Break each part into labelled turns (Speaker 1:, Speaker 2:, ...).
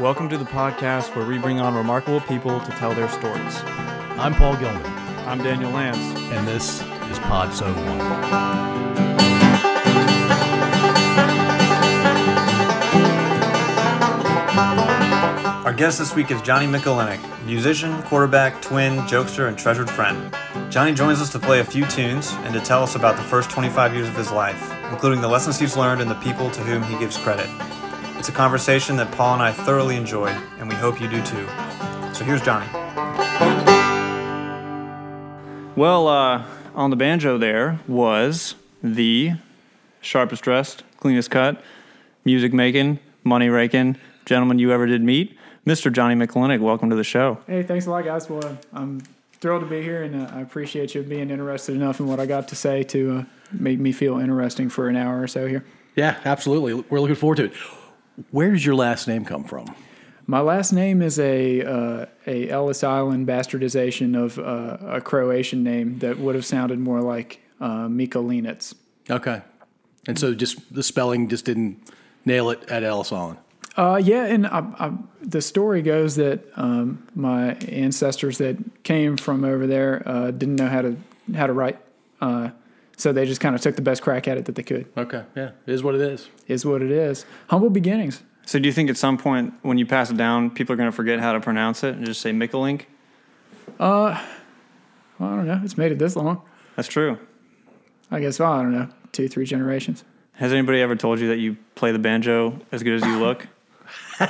Speaker 1: Welcome to the podcast where we bring on remarkable people to tell their stories.
Speaker 2: I'm Paul Gilman,
Speaker 1: I'm Daniel Lance.
Speaker 2: and this is Pod Zone 1.
Speaker 3: Our guest this week is Johnny Mikolinic, musician, quarterback, twin, jokester, and treasured friend. Johnny joins us to play a few tunes and to tell us about the first 25 years of his life, including the lessons he's learned and the people to whom he gives credit. It's a conversation that Paul and I thoroughly enjoyed, and we hope you do too. So here's Johnny.
Speaker 1: Well, uh, on the banjo there was the sharpest dressed, cleanest cut, music making, money raking gentleman you ever did meet, Mr. Johnny McLennick. Welcome to the show.
Speaker 4: Hey, thanks a lot, guys. Well, I'm thrilled to be here, and uh, I appreciate you being interested enough in what I got to say to uh, make me feel interesting for an hour or so here.
Speaker 2: Yeah, absolutely. We're looking forward to it. Where does your last name come from?
Speaker 4: My last name is a uh, a Ellis Island bastardization of uh, a Croatian name that would have sounded more like uh, Mikolinec.
Speaker 2: Okay. And so just the spelling just didn't nail it at Ellis Island.
Speaker 4: Uh, yeah, and I, I, the story goes that um, my ancestors that came from over there uh, didn't know how to how to write, uh, so they just kind of took the best crack at it that they could.
Speaker 2: Okay. Yeah, it is what it is.
Speaker 4: is what it is. Humble beginnings.
Speaker 1: So, do you think at some point when you pass it down, people are going to forget how to pronounce it and just say Mikolink?
Speaker 4: Well, I don't know. It's made it this long.
Speaker 1: That's true.
Speaker 4: I guess well, I don't know. Two, three generations.
Speaker 1: Has anybody ever told you that you play the banjo as good as you look?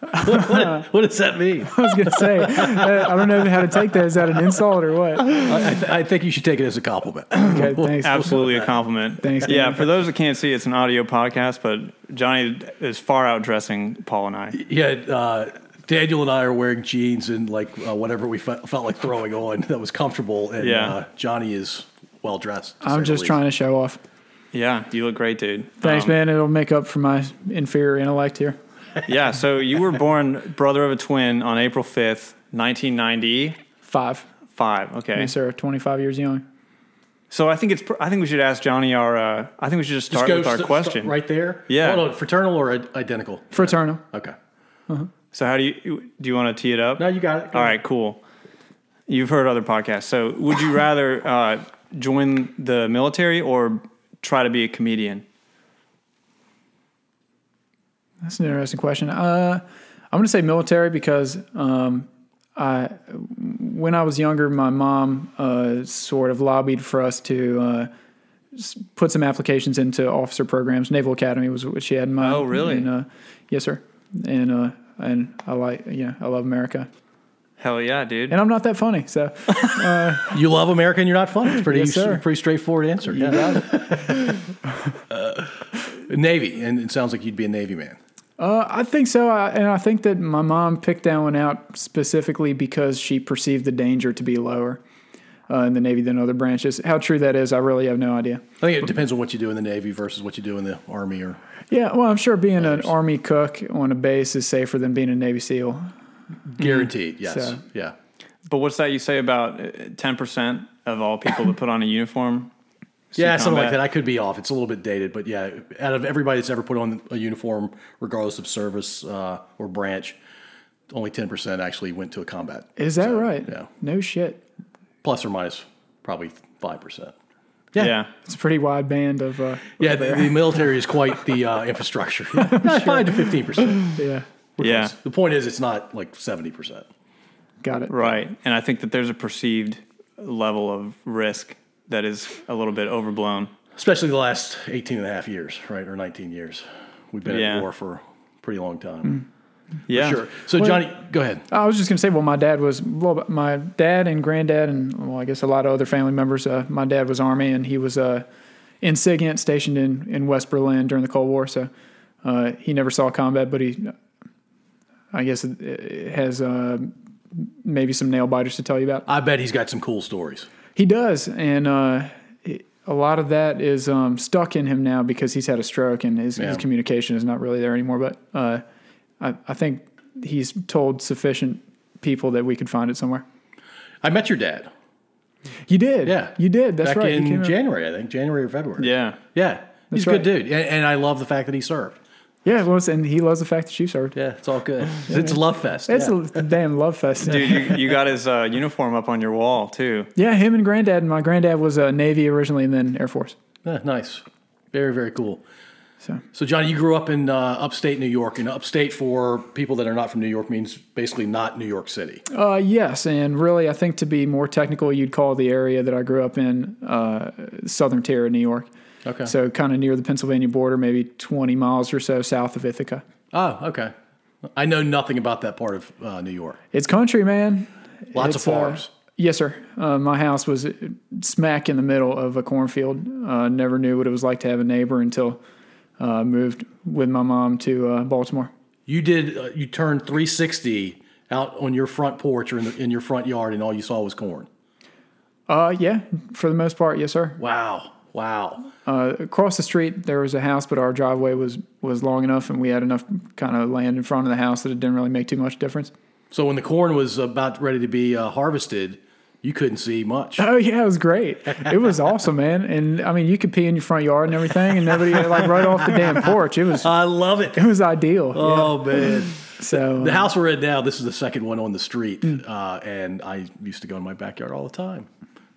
Speaker 2: What does that mean?
Speaker 4: I was gonna say. uh, I don't know how to take that. Is that an insult or what?
Speaker 2: I, I, th- I think you should take it as a compliment.
Speaker 4: Okay, thanks.
Speaker 1: Absolutely a compliment.
Speaker 4: Thanks,
Speaker 1: Yeah,
Speaker 4: Dan.
Speaker 1: for those that can't see, it's an audio podcast, but Johnny is far out dressing Paul and I.
Speaker 2: Yeah, uh, Daniel and I are wearing jeans and like uh, whatever we fe- felt like throwing on that was comfortable. And
Speaker 1: Yeah.
Speaker 2: uh, Johnny is well dressed.
Speaker 4: I'm just trying to show off.
Speaker 1: Yeah, you look great, dude.
Speaker 4: Thanks,
Speaker 1: Um,
Speaker 4: man. It'll make up for my inferior intellect here.
Speaker 1: Yeah, so you were born brother of a twin on April 5th, 1995.
Speaker 4: Five.
Speaker 1: Okay.
Speaker 4: Yes, sir. 25 years young.
Speaker 1: So I think it's pr- I think we should ask Johnny our uh, I think we should just start with our question.
Speaker 2: right there.
Speaker 1: Yeah.
Speaker 2: Hold on, fraternal or i- identical?
Speaker 4: Fraternal.
Speaker 2: Okay.
Speaker 1: So how do you do you want to tee it up?
Speaker 2: No, you got it. Go
Speaker 1: All
Speaker 2: ahead.
Speaker 1: right, cool. You've heard other podcasts. So would you rather uh, join the military or try to be a comedian?
Speaker 4: That's an interesting question. Uh, I'm going to say military because um, I, when I was younger, my mom uh, sort of lobbied for us to uh, s- put some applications into officer programs. Naval Academy was what she had in mind.
Speaker 1: Oh, really?
Speaker 4: And, uh, yes, sir. And uh, and I like yeah, I love America.
Speaker 1: Hell yeah, dude.
Speaker 4: And I'm not that funny, so
Speaker 2: You love America and you're not funny. It's pretty,
Speaker 4: Yes, sir.
Speaker 2: pretty straightforward answer. Yeah. Uh, Navy, and it sounds like you'd be a Navy man.
Speaker 4: uh, I think so. I, and I think that my mom picked that one out specifically because she perceived the danger to be lower uh, in the Navy than other branches. How true that is, I really have no idea.
Speaker 2: I think it depends on what you do in the Navy versus what you do in the Army or
Speaker 4: Yeah, well, I'm sure being an army cook on a base is safer than being a Navy SEAL.
Speaker 2: Mm-hmm. guaranteed. Yes.
Speaker 4: So-
Speaker 2: Yeah.
Speaker 1: But what's that you say about uh, ten percent of all people that put on a uniform? see
Speaker 2: Yeah, something like
Speaker 1: combat?
Speaker 2: that. I could be off. It's a little bit dated, but yeah, out of everybody that's ever put on a uniform, regardless of service uh, or branch, only ten percent actually went to a combat.
Speaker 4: Is that
Speaker 2: So,
Speaker 4: right?
Speaker 2: Yeah,
Speaker 4: No shit.
Speaker 2: plus or minus probably five percent.
Speaker 1: Yeah.
Speaker 4: It's a pretty wide band of uh,
Speaker 2: Yeah, the, the military is quite the uh, infrastructure. Yeah, Five to fifteen percent.
Speaker 4: yeah.
Speaker 1: Yeah.
Speaker 2: The point is, it's not like seventy percent.
Speaker 4: Got it.
Speaker 1: Right. And I think that there's a perceived level of risk that is a little bit overblown.
Speaker 2: Especially the last 18 and a half years, right, or 19 years. We've been
Speaker 1: Yeah.
Speaker 2: at war for a pretty long time.
Speaker 1: Yeah.
Speaker 2: Sure. So, Johnny, go ahead.
Speaker 4: I was just gonna say, well, my dad was well, my dad and granddad, and well, I guess a lot of other family members. Uh, my dad was army, and he was uh, in SIGINT, stationed in in West Berlin during the Cold War. So uh, he never saw combat, but he, I guess, it, it has uh, maybe some nail biters to tell you about.
Speaker 2: I bet he's got some cool stories.
Speaker 4: He does, and uh, it- a lot of that is um, stuck in him now because he's had a stroke and his,
Speaker 2: Yeah.
Speaker 4: his communication is not really there anymore. But uh, I, I think he's told sufficient people that we could find it somewhere.
Speaker 2: I met your dad.
Speaker 4: You did,
Speaker 2: Yeah.
Speaker 4: you did. That's
Speaker 2: back
Speaker 4: right. You
Speaker 2: in
Speaker 4: came up-
Speaker 2: January, I think, January or February.
Speaker 1: Yeah.
Speaker 2: Yeah.
Speaker 4: That's
Speaker 2: He's a
Speaker 4: right.
Speaker 2: good dude, and, and I love the fact that he served.
Speaker 4: Yeah, well, it's- and he loves the fact that you served.
Speaker 2: Yeah, it's all good. it's a love fest.
Speaker 4: It's
Speaker 2: yeah.
Speaker 4: a damn love fest.
Speaker 1: Dude, you, you got his uh, uniform up on your wall too.
Speaker 4: Yeah, him and granddad. My granddad was uh, Navy originally and then Air Force.
Speaker 2: Yeah, nice, very very cool.
Speaker 4: So
Speaker 2: So, Johnny, you grew up in uh, upstate New York, and upstate for people that are not from New York means basically not New York City.
Speaker 4: Uh, yes, and really, I think to be more technical, you'd call the area that I grew up in uh, Southern Tier of New York.
Speaker 2: Okay.
Speaker 4: So kind of near the Pennsylvania border, maybe 20 miles or so south of Ithaca.
Speaker 2: Oh, okay. I know nothing about that part of uh, New York.
Speaker 4: It's country, man.
Speaker 2: Lots
Speaker 4: It's,
Speaker 2: of
Speaker 4: uh,
Speaker 2: farms.
Speaker 4: yes, sir. Uh, my house was smack in the middle of a cornfield. Uh, never knew what it was like to have a neighbor until uh, moved with my mom to uh, Baltimore.
Speaker 2: you did. Uh, you turned 360 out on your front porch or in, the, in your front yard, and all you saw was corn.
Speaker 4: Uh, yeah, for the most part, yes, sir.
Speaker 2: Wow. Wow.
Speaker 4: uh, across the street there was a house, but our driveway was was long enough, and we had enough kind of land in front of the house that it didn't really make too much difference.
Speaker 2: So when the corn was about ready to be uh, harvested, you couldn't see much.
Speaker 4: Oh yeah, it was great. It was awesome, man. And I mean, you could pee in your front yard and everything, and nobody like right off the damn porch. It was
Speaker 2: I love it.
Speaker 4: it was ideal.
Speaker 2: Oh man. Um,
Speaker 4: So
Speaker 2: The house we're in now, this is the second one on the street, uh, and I used to go in my backyard all the time.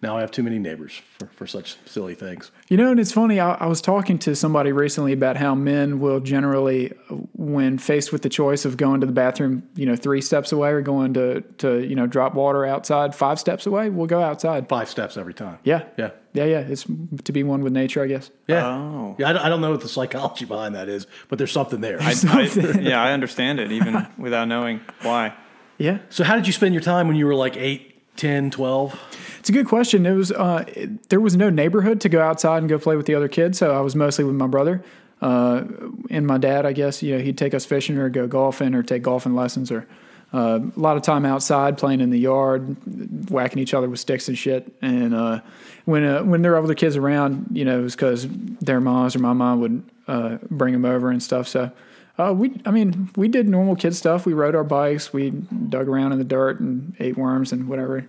Speaker 2: Now I have too many neighbors for, for such silly things.
Speaker 4: You know, and it's funny. I, I was talking to somebody recently about how men will generally, when faced with the choice of going to the bathroom, you know, three steps away or going to to you know drop water outside five steps away, will go outside.
Speaker 2: Five steps every time.
Speaker 4: Yeah,
Speaker 2: Yeah.
Speaker 4: Yeah, yeah. It's to be one with nature, I guess.
Speaker 2: Yeah.
Speaker 1: Oh.
Speaker 2: Yeah, I don't, I don't know what the psychology behind that is, but there's something there.
Speaker 1: I, I- yeah, I understand it even without knowing why.
Speaker 4: Yeah.
Speaker 2: so, how did you spend your time when you were like 8, 10, 12?
Speaker 4: It's a good question. It was uh, it- there was no neighborhood to go outside and go play with the other kids, so I was mostly with my brother uh, and my dad. I guess you know he'd take us fishing or go golfing or take golfing lessons or uh, a lot of time outside playing in the yard, whacking each other with sticks and shit. And uh, when uh, when there were other kids around, you know, it was because their moms or my mom would uh, bring them over and stuff. So. Uh, we, I mean, we did normal kid stuff. We rode our bikes. We dug around in the dirt and ate worms and whatever,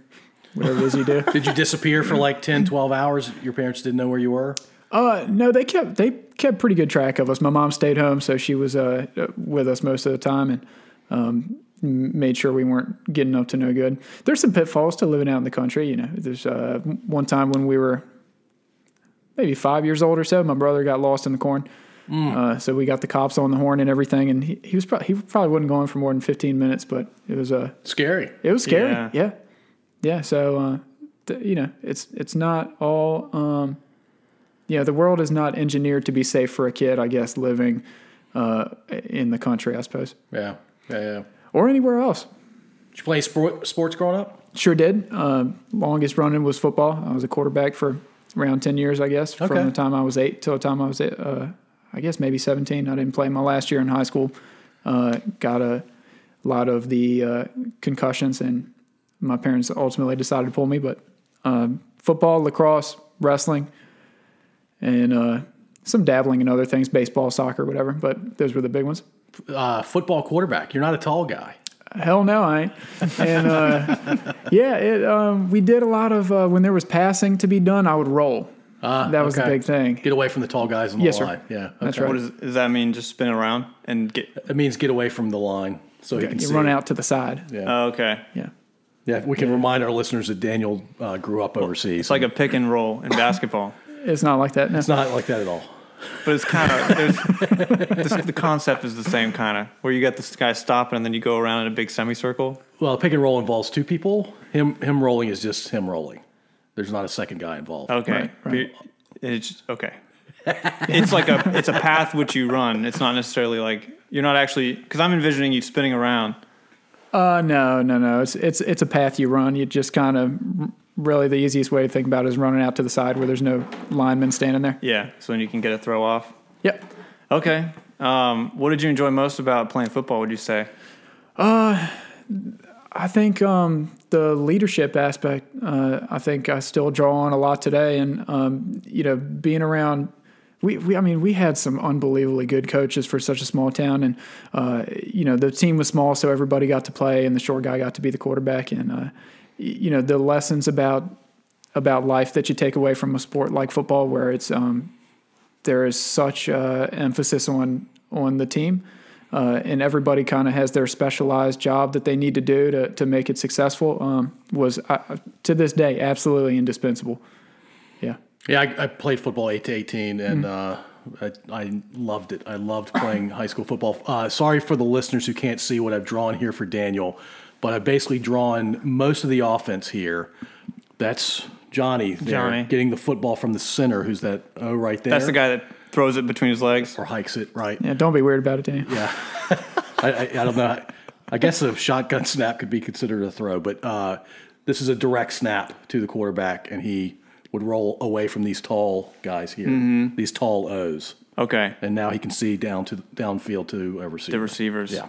Speaker 4: whatever it is you do.
Speaker 2: Did you disappear for like 10, 12 hours? Your parents didn't know where you were?
Speaker 4: Uh, no, they kept they kept pretty good track of us. My mom stayed home, so she was uh, with us most of the time and um, m- made sure we weren't getting up to no good. There's some pitfalls to living out in the country. You know, there's uh, one time when we were maybe five years old or so, my brother got lost in the corn. Uh, so we got the cops on the horn and everything, and he, he was probably he probably wasn't going for more than 15 minutes, but it was uh,
Speaker 2: Scary.
Speaker 4: it was scary.
Speaker 1: Yeah.
Speaker 4: Yeah. Yeah. so, uh, th- you know, it's, it's not all, um, you know, the world is not engineered to be safe for a kid, I guess, living, uh, in the country, I suppose,
Speaker 2: Yeah. Yeah. yeah.
Speaker 4: or anywhere else.
Speaker 2: Did you play sport, sports growing up?
Speaker 4: Sure did. Um, longest running was football. I was a quarterback for around 10 years, I guess,
Speaker 2: Okay.
Speaker 4: from the time I was eight till the time I was, uh, I guess maybe 17. I didn't play my last year in high school. Uh, got a lot of the uh, concussions, and my parents ultimately decided to pull me. But um, football, lacrosse, wrestling, and uh, some dabbling in other things baseball, soccer, whatever. But those were the big ones.
Speaker 2: Uh, football quarterback. You're not a tall guy.
Speaker 4: Hell no, I ain't. And uh, yeah, it, um, we did a lot of uh, when there was passing to be done. I would roll.
Speaker 2: Ah,
Speaker 4: that was the
Speaker 2: okay.
Speaker 4: big thing.
Speaker 2: Get away from the tall guys on the
Speaker 4: Yes, sir.
Speaker 2: line. Yeah. Okay.
Speaker 4: That's
Speaker 1: What
Speaker 4: right.
Speaker 1: does, does that mean? Just spin around and get.
Speaker 2: It means get away from the line so he can
Speaker 4: You
Speaker 2: see.
Speaker 4: run out to the side. Yeah,
Speaker 1: Oh, okay.
Speaker 2: Yeah, we can remind our listeners that Daniel uh, grew up overseas.
Speaker 1: It's like a pick and roll in basketball,
Speaker 4: it's not like that. No.
Speaker 2: it's not like that at all.
Speaker 1: but it's kind of there's this, the concept is the same kind of where you got this guy stopping and then you go around in a big semicircle.
Speaker 2: Well, pick and roll involves two people. Him him rolling is just him rolling. There's not a second guy involved.
Speaker 1: Okay.
Speaker 4: Right, right.
Speaker 1: It's okay. it's like a it's a path which you run. It's not necessarily like you're not actually because I'm envisioning you spinning around.
Speaker 4: Uh, no, no, no. It's it's it's a path you run. You just kind of really the easiest way to think about it is running out to the side where there's no lineman standing there.
Speaker 1: Yeah. So then you can get a throw off.
Speaker 4: Yep.
Speaker 1: Okay. Um, what did you enjoy most about playing football? Would you say?
Speaker 4: I think um, the leadership aspect. Uh, I think I still draw on a lot today, and um, you know, being around. We, we, I mean, we had some unbelievably good coaches for such a small town, and uh, you know the team was small, so everybody got to play, and the short guy got to be the quarterback, and uh, y- you know the lessons about about life that you take away from a sport like football, where it's um, there is such uh, emphasis on on the team, uh, and everybody kind of has their specialized job that they need to do to to make it successful. Um, was uh, to this day absolutely indispensable. Yeah,
Speaker 2: Yeah, I, I played football eight to eighteen,
Speaker 1: Hmm.
Speaker 2: and uh, I, I loved it. I loved playing high school football. Uh, sorry for the listeners who can't see what I've drawn here for Daniel, but I've basically drawn most of the offense here. That's Johnny, there,
Speaker 1: Johnny.
Speaker 2: getting the football from the center. Who's that? Oh, right there.
Speaker 1: That's the guy that throws it between his legs.
Speaker 2: or hikes it right.
Speaker 4: yeah. Don't be weird about it, Daniel.
Speaker 2: Yeah. I, I, I don't know. I guess a shotgun snap could be considered a throw, but uh, this is a direct snap to the quarterback, and he would roll away from these tall guys here,
Speaker 1: Mm-hmm.
Speaker 2: these tall O's,
Speaker 1: Okay.
Speaker 2: and now he can see down to downfield to a receiver.
Speaker 1: The receivers.
Speaker 2: Yeah.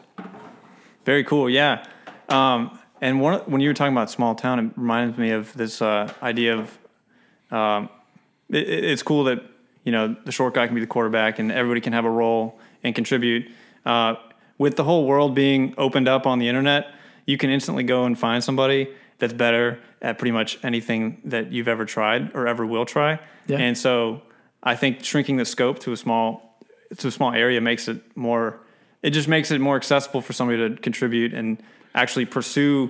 Speaker 1: Very cool. Yeah. Um, and one, when you were talking about small town, it reminded me of this uh, idea of um, it, it- it's cool that you know the short guy can be the quarterback and everybody can have a role and contribute. Uh, with the whole world being opened up on the internet, you can instantly go and find somebody that's better at pretty much anything that you've ever tried or ever will try.
Speaker 4: Yeah.
Speaker 1: And so I think shrinking the scope to a small to a small area makes it more it just makes it more accessible for somebody to contribute and actually pursue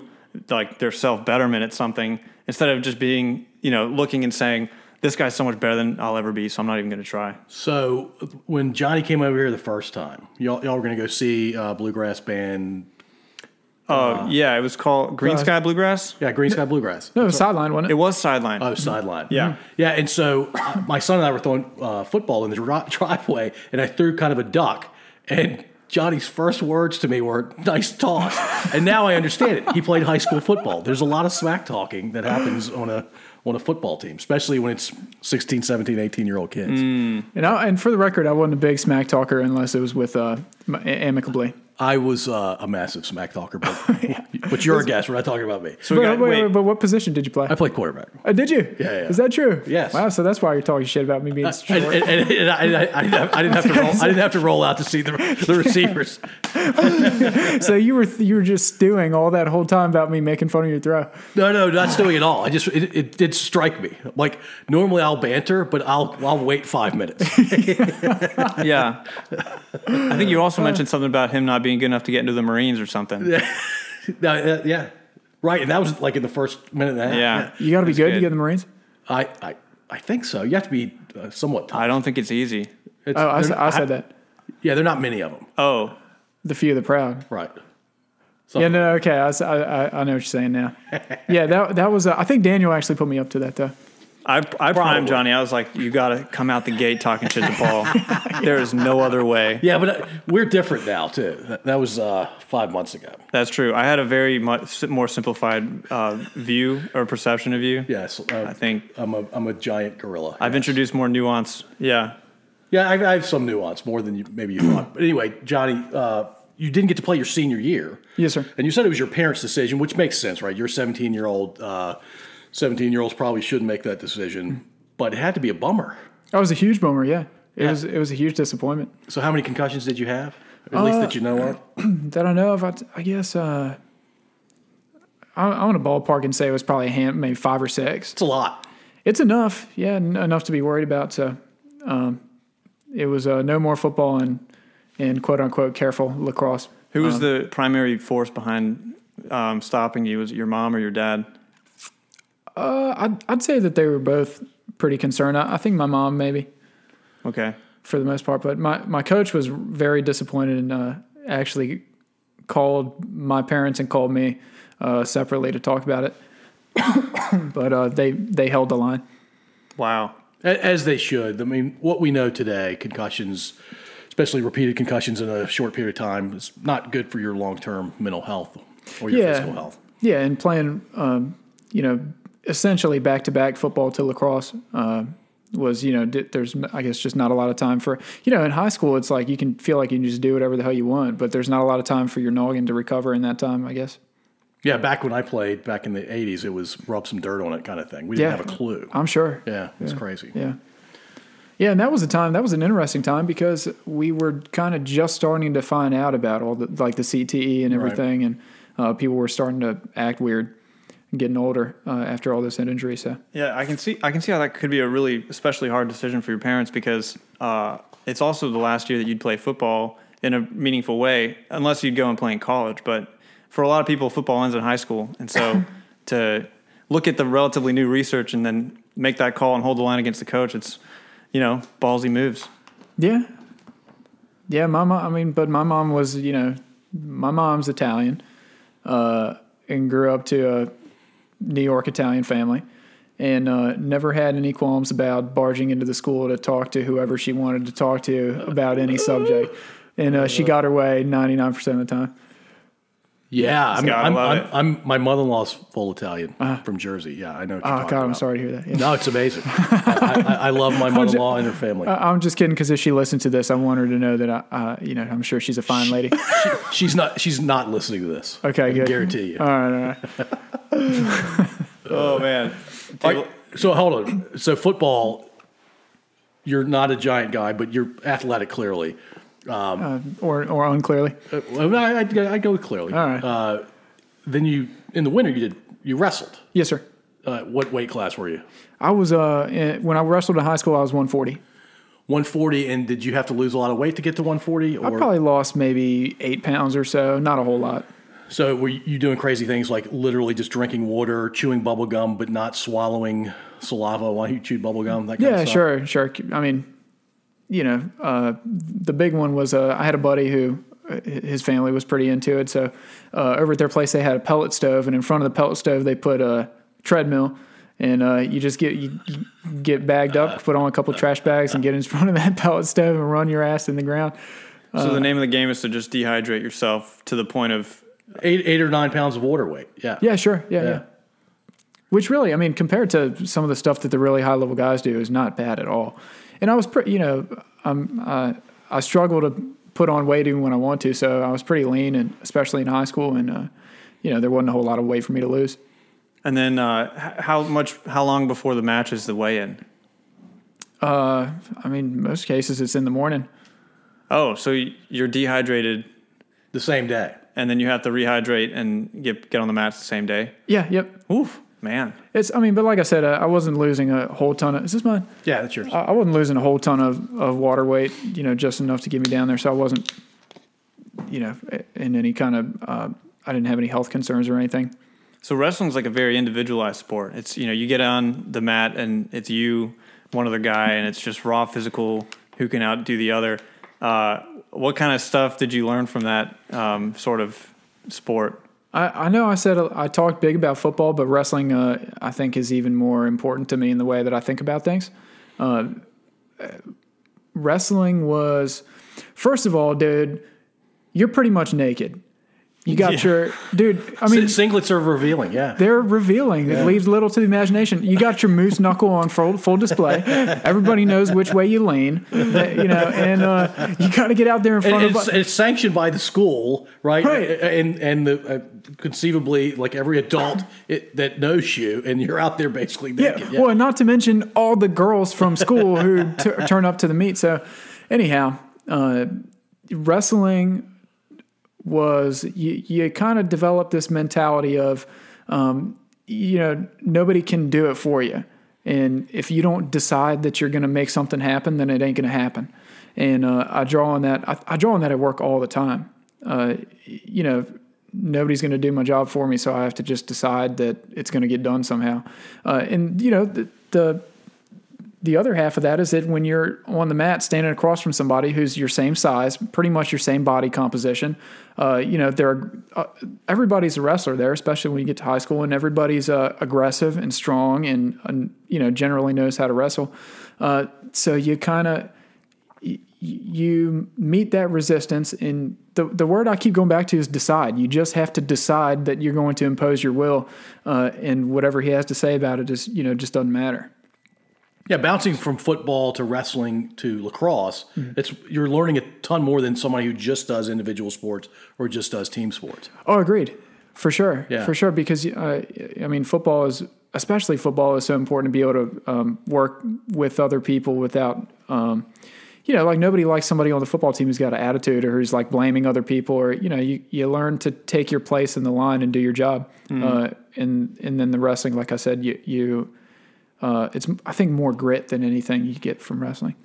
Speaker 1: like their self betterment at something instead of just being you know looking and saying this guy's so much better than I'll ever be so I'm not even going to try.
Speaker 2: So when Johnny came over here the first time, y'all, y'all were going to go see uh, bluegrass band.
Speaker 1: Oh yeah, it was called Green
Speaker 4: uh,
Speaker 1: Sky Bluegrass.
Speaker 2: Yeah, Green Sky Bluegrass.
Speaker 4: No, it was sideline, wasn't
Speaker 1: It
Speaker 4: it?
Speaker 1: was sideline.
Speaker 2: Oh, sideline.
Speaker 1: Yeah.
Speaker 2: Yeah. And so my son and I were throwing uh, football in the dri- driveway, and I threw kind of a duck. And Johnny's first words to me were, nice toss. and now I understand it. He played high school football. There's a lot of smack talking that happens on a on a football team, especially when it's 16, 17, 18 year old kids.
Speaker 4: And, I, and for the record, I wasn't a big smack talker unless it was with uh, m- amicably.
Speaker 2: I was uh, a massive smack talker, but, but you're a guest. We're not talking about me.
Speaker 1: so we
Speaker 4: but,
Speaker 1: got,
Speaker 4: wait,
Speaker 1: wait,
Speaker 4: wait, but what position did you play?
Speaker 2: I played quarterback.
Speaker 4: Uh, did you?
Speaker 2: Yeah, yeah.
Speaker 4: Is that true?
Speaker 2: Yes.
Speaker 4: Wow. So that's why you're talking shit about me being short.
Speaker 2: And, and, and, and I, I, I, didn't have, I didn't have to roll. I didn't have to roll out to see the, the receivers.
Speaker 4: so you were you were just stewing all that whole time about me making fun of your throw.
Speaker 2: No, no, not stewing at all. I just it, it did strike me. Like normally I'll banter, but I'll I'll wait five minutes.
Speaker 1: yeah. I think you also mentioned something about him not being good enough to get into the Marines or something. Yeah.
Speaker 2: No, uh, yeah, right. And that was like in the first minute and a half.
Speaker 4: You got to be
Speaker 1: That's
Speaker 4: good, to get in the Marines.
Speaker 2: I I, I think so. You have to be uh, somewhat. Tough.
Speaker 1: I don't think it's easy.
Speaker 2: It's-
Speaker 4: Oh, I, s-
Speaker 2: they're-
Speaker 4: I said that.
Speaker 2: Yeah, they're not many of them.
Speaker 1: Oh,
Speaker 4: The few, of the proud.
Speaker 2: Right.
Speaker 4: Yeah. No. Okay. I, s- I- I- I know what you're saying now. yeah. That that was. Uh, I think Daniel actually put me up to that though.
Speaker 1: I, I primed Johnny. I was like, you got to come out the gate talking shit to Paul. There is no other way.
Speaker 2: Yeah, but uh, we're different now too. That, that was uh, five months ago.
Speaker 1: That's true. I had a very much more simplified uh, view or perception of you.
Speaker 2: Yes, uh,
Speaker 1: I think
Speaker 2: I'm a I'm a giant gorilla.
Speaker 1: I've introduced more nuance. Yeah.
Speaker 2: Yeah, I, I have some nuance more than you, maybe you thought. But anyway, Johnny, uh, you didn't get to play your senior year.
Speaker 4: Yes, sir.
Speaker 2: And you said it was your parents' decision, which makes sense, right? You're a 17 year old. Uh, 17 year olds probably shouldn't make that decision, but it had to be a bummer.
Speaker 4: That was a huge bummer. Yeah. It was it was a huge disappointment.
Speaker 2: So, how many concussions did you have? At least that you know
Speaker 4: Uh,
Speaker 2: of.
Speaker 4: That I know of. I, I guess. Uh, I, I want to ballpark and say it was probably a hand, maybe five or six.
Speaker 2: It's a lot.
Speaker 4: It's enough. Yeah, n- enough to be worried about. So, um, it was uh, no more football and and quote unquote careful lacrosse.
Speaker 1: Who was the primary force behind um, stopping you? Was it your mom or your dad?
Speaker 4: Uh, I'd, I'd say that they were both pretty concerned. I, I think my mom maybe
Speaker 1: Okay.
Speaker 4: for the most part, but my, my coach was very disappointed and uh, actually called my parents and called me uh, separately to talk about it. but uh, they they held the line.
Speaker 1: Wow.
Speaker 2: A- As they should. I mean, what we know today, concussions, especially repeated concussions in a short period of time, is not good for your long term mental health or your
Speaker 4: Yeah.
Speaker 2: physical health.
Speaker 4: Yeah, and playing, um, you know, essentially back to back football to lacrosse uh, was, you know, di- there's, n- I guess, just not a lot of time for, you know, in high school, it's like you can feel like you can just do whatever the hell you want, but there's not a lot of time for your noggin to recover in that time, I guess.
Speaker 2: Yeah, back when I played back in the 80s, it was rub some dirt on it kind of thing. We didn't
Speaker 4: Yeah.
Speaker 2: have a clue.
Speaker 4: I'm sure.
Speaker 2: Yeah, it's crazy.
Speaker 4: Yeah. Yeah, and that was a time. That was an interesting time because we were kind of just starting to find out about all the like the CTE and everything, and uh, people were starting to act weird, getting older uh, after all this head injury. So
Speaker 1: Yeah, I can see. I can see how that could be a really especially hard decision for your parents because uh, it's also the last year that you'd play football in a meaningful way, unless you'd go and play in college. But for a lot of people, football ends in high school, and so to look at the relatively new research and then make that call and hold the line against the coach, it's you know ballsy moves.
Speaker 4: Yeah. Yeah, my mom. I mean, but my mom was, you know, my mom's Italian, uh, and grew up to a New York Italian family, and uh, never had any qualms about barging into the school to talk to whoever she wanted to talk to about any subject, and uh, she got her way ninety nine percent of the time.
Speaker 2: Yeah, I'm,
Speaker 1: Scott, I
Speaker 2: I'm,
Speaker 1: love
Speaker 2: I'm,
Speaker 1: it.
Speaker 2: I'm, my mother-in-law's full Italian from Jersey. Yeah, I know. What
Speaker 4: Uh-huh.
Speaker 2: you're
Speaker 4: Oh
Speaker 2: talking
Speaker 4: God, I'm
Speaker 2: about.
Speaker 4: sorry to hear that. Yeah.
Speaker 2: No, it's amazing. I, I, I love my mother-in-law and her family.
Speaker 4: I- I'm just kidding because if she listened to this, I want her to know that I, uh, you know, I'm sure she's a fine lady.
Speaker 2: She's not. She's not listening to this.
Speaker 4: Okay,
Speaker 2: I
Speaker 4: good.
Speaker 2: guarantee you.
Speaker 4: All right, all right.
Speaker 1: Oh man,
Speaker 2: Are- so hold on. So football, you're not a giant guy, but you're athletic clearly.
Speaker 4: Or or unclearly.
Speaker 2: Uh, well, I, I, I go with clearly.
Speaker 4: All right.
Speaker 2: Uh, then you in the winter you did you wrestled.
Speaker 4: Yes, sir.
Speaker 2: Uh, what weight class were you?
Speaker 4: I was uh in, when I wrestled in high school, I was 140.
Speaker 2: 140. And did you have to lose a lot of weight to get to 140? Or
Speaker 4: I probably lost maybe eight pounds or so. Not a whole lot.
Speaker 2: so were you doing crazy things like literally just drinking water, chewing bubble gum, but not swallowing saliva while you chewed bubble gum? That kind of
Speaker 4: Yeah,
Speaker 2: stuff?
Speaker 4: sure, sure. I mean, you know, uh, the big one was uh, I had a buddy who uh, his family was pretty into it. So uh, over at their place, they had a pellet stove, and in front of the pellet stove, they put a treadmill. And uh, you just get you you get bagged up, put on a couple trash bags, and get in front of that pellet stove and run your ass in the ground.
Speaker 1: so the name of the game is to just dehydrate yourself to the point of
Speaker 2: Eight, eight or nine pounds of water weight. Yeah.
Speaker 4: Yeah, sure. Yeah, yeah.
Speaker 2: Yeah.
Speaker 4: Which really, I mean, compared to some of the stuff that the really high level guys do, is not bad at all. And I was pretty, you know, I'm, uh, I struggle to put on weight even when I want to, so I was pretty lean, and especially in high school, and uh, you know, there wasn't a whole lot of weight for me to lose.
Speaker 1: And then uh, h- how much? How long before the match is the weigh-in?
Speaker 4: Uh, I mean, most cases it's in the morning.
Speaker 1: Oh, so y- you're dehydrated,
Speaker 2: The same day.
Speaker 1: and then you have to rehydrate and get get on the mat the same day.
Speaker 4: Yeah, yep.
Speaker 1: Oof, man.
Speaker 4: It's, I mean, but like I said, uh, I wasn't losing a whole ton of. Is this mine?
Speaker 2: Yeah, that's yours.
Speaker 4: Uh, I, I wasn't losing a whole ton of, of water weight, you know, just enough to get me down there. So I wasn't, you know, in any kind of, uh, I didn't have any health concerns or anything.
Speaker 1: So wrestling's like a very individualized sport. It's you know you get on the mat and it's you, one other guy, and it's just raw physical. Who can outdo the other? Uh, what kind of stuff did you learn from that um, sort of sport?
Speaker 4: I, I know I said I talked big about football, but wrestling, uh, I think, is even more important to me in the way that I think about things. Uh, wrestling was, first of all, dude, you're pretty much naked. You got your, dude, I mean,
Speaker 2: S- Singlets are revealing. Yeah.
Speaker 4: they're revealing. It leaves little to the imagination. You got your moose knuckle on full, full display. Everybody knows which way you lean. That- you know, and uh, you got to get out there in
Speaker 2: And
Speaker 4: front
Speaker 2: it's,
Speaker 4: of.
Speaker 2: it's sanctioned by the school, right?
Speaker 4: Right.
Speaker 2: And and the, uh, conceivably, like every adult it, that knows you, and you're out there basically
Speaker 4: Yeah.
Speaker 2: naked. Yeah.
Speaker 4: Well, and not to mention all the girls from school who t- turn up to the meet. So, anyhow, uh, wrestling was you, you kind of develop this mentality of, um, you know, nobody can do it for you. And if you don't decide that you're going to make something happen, then it ain't going to happen. And uh, I draw on that. I, I draw on that at work all the time. Uh, y- you know, nobody's going to do my job for me, so I have to just decide that it's going to get done somehow. Uh, and you know, the, the the other half of that is that when you're on the mat standing across from somebody who's your same size, pretty much your same body composition, uh, you know, they're, uh, everybody's a wrestler there, especially when you get to high school and everybody's uh, aggressive and strong and, and, you know, generally knows how to wrestle. Uh, so you kind of, you meet that resistance and the, the word i keep going back to is decide you just have to decide that you're going to impose your will uh, and whatever he has to say about it is you know just doesn't matter
Speaker 2: Yeah, bouncing from football to wrestling to lacrosse, it's you're learning a ton more than somebody who just does individual sports or just does team sports.
Speaker 4: Oh, agreed, for sure,
Speaker 2: Yeah.
Speaker 4: for sure. Because uh, I mean, football is especially football is so important to be able to um, work with other people without, um, you know, like nobody likes somebody on the football team who's got an attitude or who's like blaming other people, or you know, you, you learn to take your place in the line and do your job. Uh, and and then the wrestling, like I said, you you. Uh, it's I think more grit than anything you get from wrestling.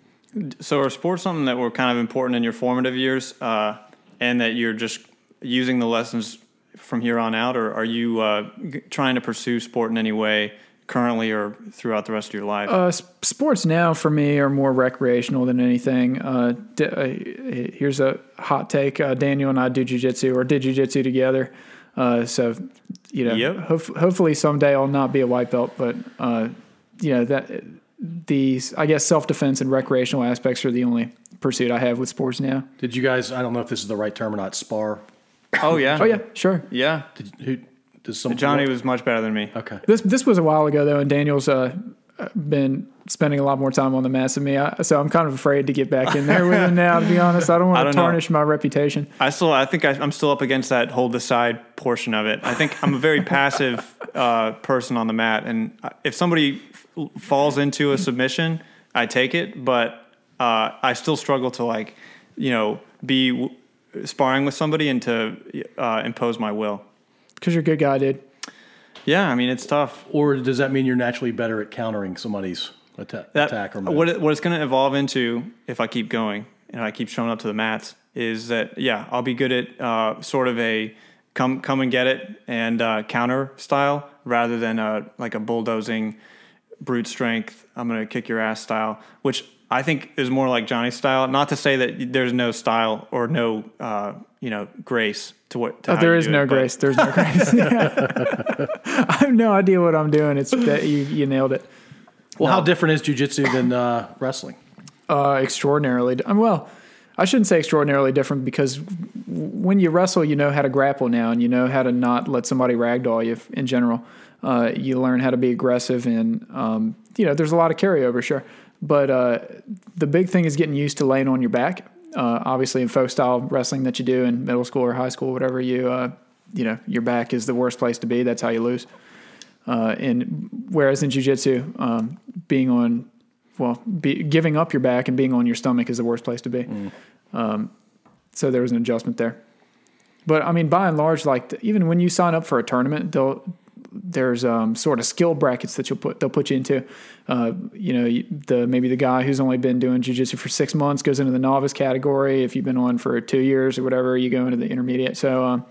Speaker 1: So are sports something that were kind of important in your formative years, uh, and that you're just using the lessons from here on out, or are you uh, g- trying to pursue sport in any way currently or throughout the rest of your life?
Speaker 4: Uh, s- sports now for me are more recreational than anything. Uh, d- uh, here's a hot take: uh, Daniel and I do jujitsu or did jujitsu together. Uh, so, you know,
Speaker 1: Yep.
Speaker 4: hof- hopefully someday I'll not be a white belt, but uh, you know that these, I guess, self defense and recreational aspects are the only pursuit I have with sports now.
Speaker 2: Did you guys? I don't know if this is the right term or not. Spar.
Speaker 1: oh yeah,
Speaker 4: Oh yeah, sure.
Speaker 1: yeah.
Speaker 2: Did, who does some
Speaker 1: Johnny was much better than me.
Speaker 2: Okay.
Speaker 4: This this was a while ago though, and Daniel's uh, been spending a lot more time on the mats than me, I, so I'm kind of afraid to get back in there with him now. To be honest, I don't
Speaker 1: I
Speaker 4: want
Speaker 1: don't
Speaker 4: to
Speaker 1: know.
Speaker 4: tarnish my reputation.
Speaker 1: I still, I think I, I'm still up against that hold the side portion of it. I think I'm a very passive uh, person on the mat, and I- if somebody f- falls into a submission, I take it, but uh, I still struggle to like, you know, be w- sparring with somebody and to uh, impose my will.
Speaker 4: Because you're a good guy, dude.
Speaker 1: Yeah, I mean it's tough.
Speaker 2: Or does that mean you're naturally better at countering somebody's atta-
Speaker 1: That,
Speaker 2: attack or move?
Speaker 1: what it, what it's going to evolve into if I keep going and I keep showing up to the mats is that yeah I'll be good at uh, sort of a come come and get it and uh, counter style rather than a like a bulldozing brute strength I'm going to kick your ass style which I think is more like Johnny's style not to say that there's no style or no uh, you know grace to what to
Speaker 4: Oh,
Speaker 1: how
Speaker 4: there
Speaker 1: you
Speaker 4: is
Speaker 1: do
Speaker 4: no
Speaker 1: it, but-
Speaker 4: grace. There's no grace. I have no idea what I'm doing. It's that you, you nailed it.
Speaker 2: well, how different is jujitsu than uh, wrestling?
Speaker 4: Uh, extraordinarily. di- um, Well, I shouldn't say extraordinarily different because w- when you wrestle, you know how to grapple now, and you know how to not let somebody ragdoll you f- in general. Uh, you learn how to be aggressive, and um, you know there's a lot of carryover, sure. But uh, the big thing is getting used to laying on your back. Uh, obviously, in folk style wrestling that you do in middle school or high school, whatever you uh, you know, your back is the worst place to be. That's how you lose. Uh, and whereas in jujitsu, um, being on, well, be, giving up your back and being on your stomach is the worst place to be. Um, so there was an adjustment there. But I mean, by and large, like th- even when you sign up for a tournament, they'll there's um, sort of skill brackets that you'll put they'll put you into. Uh, you know, you- the maybe the guy who's only been doing jujitsu for six months goes into the novice category. If you've been on for two years or whatever, you go into the intermediate. So. Um,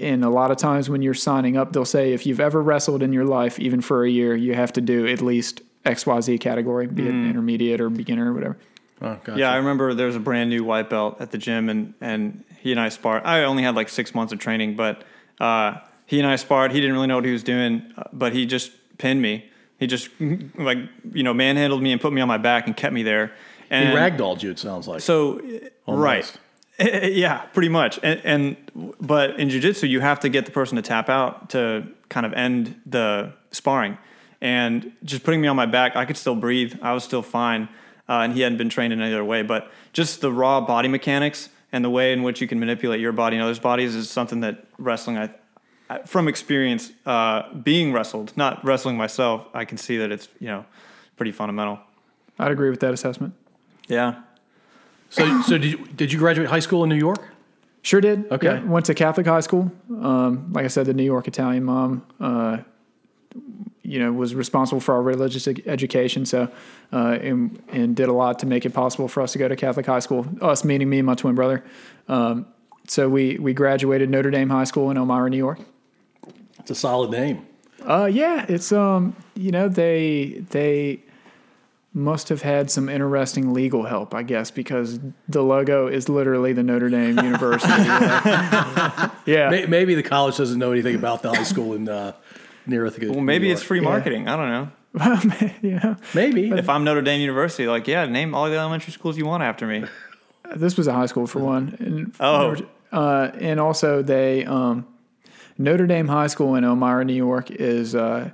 Speaker 4: and a lot of times when you're signing up, they'll say if you've ever wrestled in your life, even for a year, you have to do at least XYZ category, be it intermediate or beginner or whatever.
Speaker 2: Oh, gotcha.
Speaker 1: Yeah, I remember there was a brand new white belt at the gym, and and he and I sparred. I only had like six months of training, but uh, he and I sparred. He didn't really know what he was doing, uh, but he just pinned me. He just like you know manhandled me and put me on my back and kept me there.
Speaker 2: He
Speaker 1: And
Speaker 2: ragdolled you. It sounds like.
Speaker 1: so
Speaker 2: Almost.
Speaker 1: right, yeah, pretty much. And, and but in jujitsu, you have to get the person to tap out to kind of end the sparring. And just putting me on my back, I could still breathe. I was still fine, uh, and he hadn't been trained in any other way. But just the raw body mechanics and the way in which you can manipulate your body and others' bodies is something that wrestling, I, I- from experience, uh, being wrestled, not wrestling myself, I can see that it's you know pretty fundamental.
Speaker 4: I'd agree with that assessment.
Speaker 1: Yeah,
Speaker 2: so, so did you, did you graduate high school in New York?
Speaker 4: Sure did.
Speaker 2: Okay.
Speaker 4: Yeah, went to Catholic high school. Um, like I said, the New York Italian mom, uh, you know, was responsible for our religious e- education. So, uh, and, and did a lot to make it possible for us to go to Catholic high school. Us meaning me and my twin brother. Um, so we we graduated Notre Dame High School in Elmira, New York.
Speaker 2: It's a solid name.
Speaker 4: Uh, yeah, it's um, you know, they they must have had some interesting legal help, I guess, because the logo is literally the Notre Dame University. uh, yeah,
Speaker 2: May- Maybe the college doesn't know anything about the high school in uh, near Ithaca.
Speaker 1: well, maybe it's free marketing. I don't know.
Speaker 4: you know,
Speaker 2: Maybe.
Speaker 1: if I'm Notre Dame University, like, yeah, name all the elementary schools you want after me.
Speaker 4: this was a high school for one, and
Speaker 1: Oh.
Speaker 4: uh, and also they um, Notre Dame High School in Elmira, New York, is. Uh,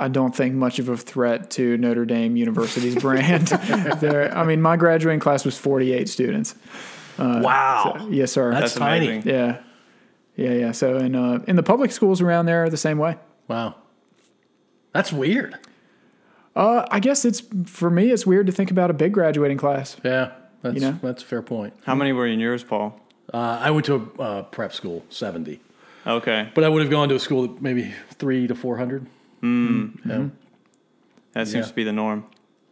Speaker 4: I don't think much of a threat to Notre Dame University's brand. there, I mean, my graduating class was 48 students.
Speaker 2: wow.
Speaker 4: Yes, sir.
Speaker 1: That's
Speaker 2: That's tiny.
Speaker 1: amazing.
Speaker 4: Yeah, yeah, yeah. So in uh, in the public schools around there are the same way.
Speaker 2: Wow. That's weird.
Speaker 4: Uh, I guess it's for me. It's weird to think about a big graduating class.
Speaker 2: Yeah. That's,
Speaker 4: You know?
Speaker 2: that's a fair point.
Speaker 1: How many were in yours, Paul?
Speaker 2: Uh, I went to a uh, prep school, 70.
Speaker 1: Okay,
Speaker 2: But I would have gone to a school that maybe three to 400.
Speaker 4: Mm-hmm.
Speaker 1: that seems
Speaker 2: Yeah.
Speaker 1: to be the norm.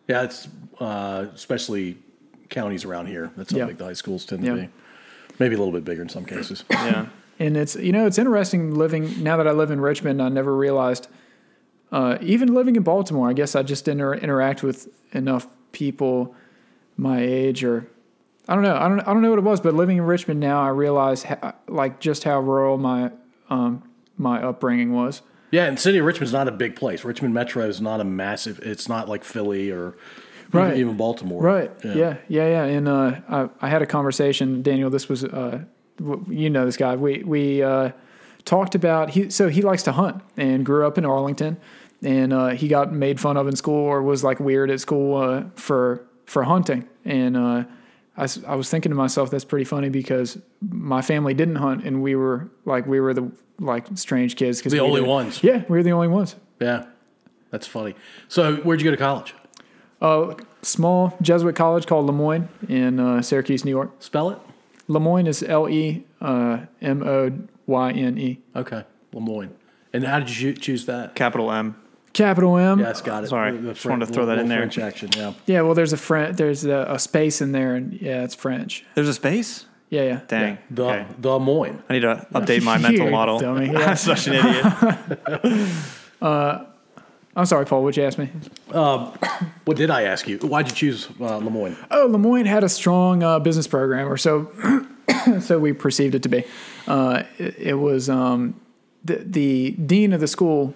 Speaker 2: Yeah, it's uh, especially counties around here. That's how
Speaker 4: Yeah.
Speaker 2: big the high schools tend
Speaker 4: Yeah.
Speaker 2: to be. Maybe a little bit bigger in some cases.
Speaker 1: Yeah.
Speaker 4: And it's you know it's interesting living now that I live in Richmond. I never realized uh, even living in Baltimore. I guess I just didn't inter- interact with enough people my age or I don't know. I don't I don't know what it was, but living in Richmond now, I realize ha- like just how rural my um, my upbringing was.
Speaker 2: yeah, and city of Richmond's not a big place. Richmond Metro is not a massive. It's not like Philly or even-
Speaker 4: Right.
Speaker 2: even Baltimore.
Speaker 4: Right. Yeah. Yeah. Yeah. And uh, I, I had a conversation, Daniel. This was, uh, w- you know, this guy. We we uh, talked about he. So he likes to hunt and grew up in Arlington, and uh, he got made fun of in school or was like weird at school uh, for for hunting. And uh, I s- I was thinking to myself, that's pretty funny because my family didn't hunt, and we were like we were the like strange kids because
Speaker 2: The only ones.
Speaker 4: Yeah, we were the only ones.
Speaker 2: Yeah, that's funny. So where'd you go to college?
Speaker 4: Uh, small Jesuit college called Lemoyne in uh, Syracuse, New York.
Speaker 2: Spell it.
Speaker 4: Lemoyne is L E uh, M O Y N E.
Speaker 2: Okay, Lemoyne. And how did you choose that?
Speaker 1: Capital M.
Speaker 4: Capital M.
Speaker 2: Yes, got it.
Speaker 1: Sorry,
Speaker 2: The- the
Speaker 1: just wanted to throw that
Speaker 2: little
Speaker 1: in there.
Speaker 2: French action. Yeah.
Speaker 4: Yeah, well, there's a French, there's a, a space in there, and yeah, it's French.
Speaker 1: There's a space?
Speaker 4: Yeah, yeah.
Speaker 1: Dang.
Speaker 2: The
Speaker 1: Okay.
Speaker 2: the Moyne.
Speaker 1: I need to update my mental
Speaker 4: You
Speaker 1: model.
Speaker 4: dummy. Yeah.
Speaker 1: I'm such an idiot.
Speaker 4: I'm sorry, Paul. What you asked me?
Speaker 2: What did I ask you? Why'd you choose uh, Lemoyne?
Speaker 4: Oh, Lemoyne had a strong uh, business program, or so so we perceived it to be. Uh, it, it was um, the, the dean of the school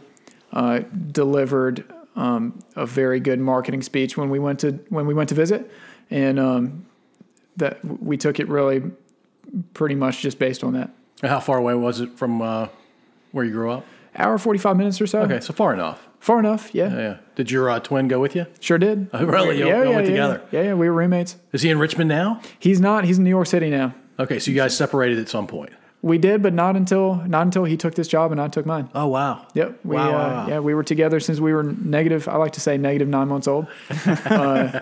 Speaker 4: uh, delivered um, a very good marketing speech when we went to when we went to visit, and um, that we took it really pretty much just based on that
Speaker 2: How far away was it from uh, where you grew up?
Speaker 4: hour forty five minutes or so.
Speaker 2: Okay, so far enough.
Speaker 4: far enough. Yeah,
Speaker 2: Yeah, Yeah. Did your uh, twin go with you?
Speaker 4: sure did.
Speaker 2: Oh, really? Y'all- y'all went together?
Speaker 4: Yeah, yeah, we were roommates.
Speaker 2: Is he in Richmond now?
Speaker 4: He's not. He's in New York City now.
Speaker 2: Okay, so you guys separated at some point.
Speaker 4: We did, but not until not until he took this job and I took mine.
Speaker 2: Oh wow.
Speaker 4: Yep. We,
Speaker 2: Wow,
Speaker 4: uh,
Speaker 2: wow, wow.
Speaker 4: Yeah, we were together since we were negative. I like to say negative nine months old, uh,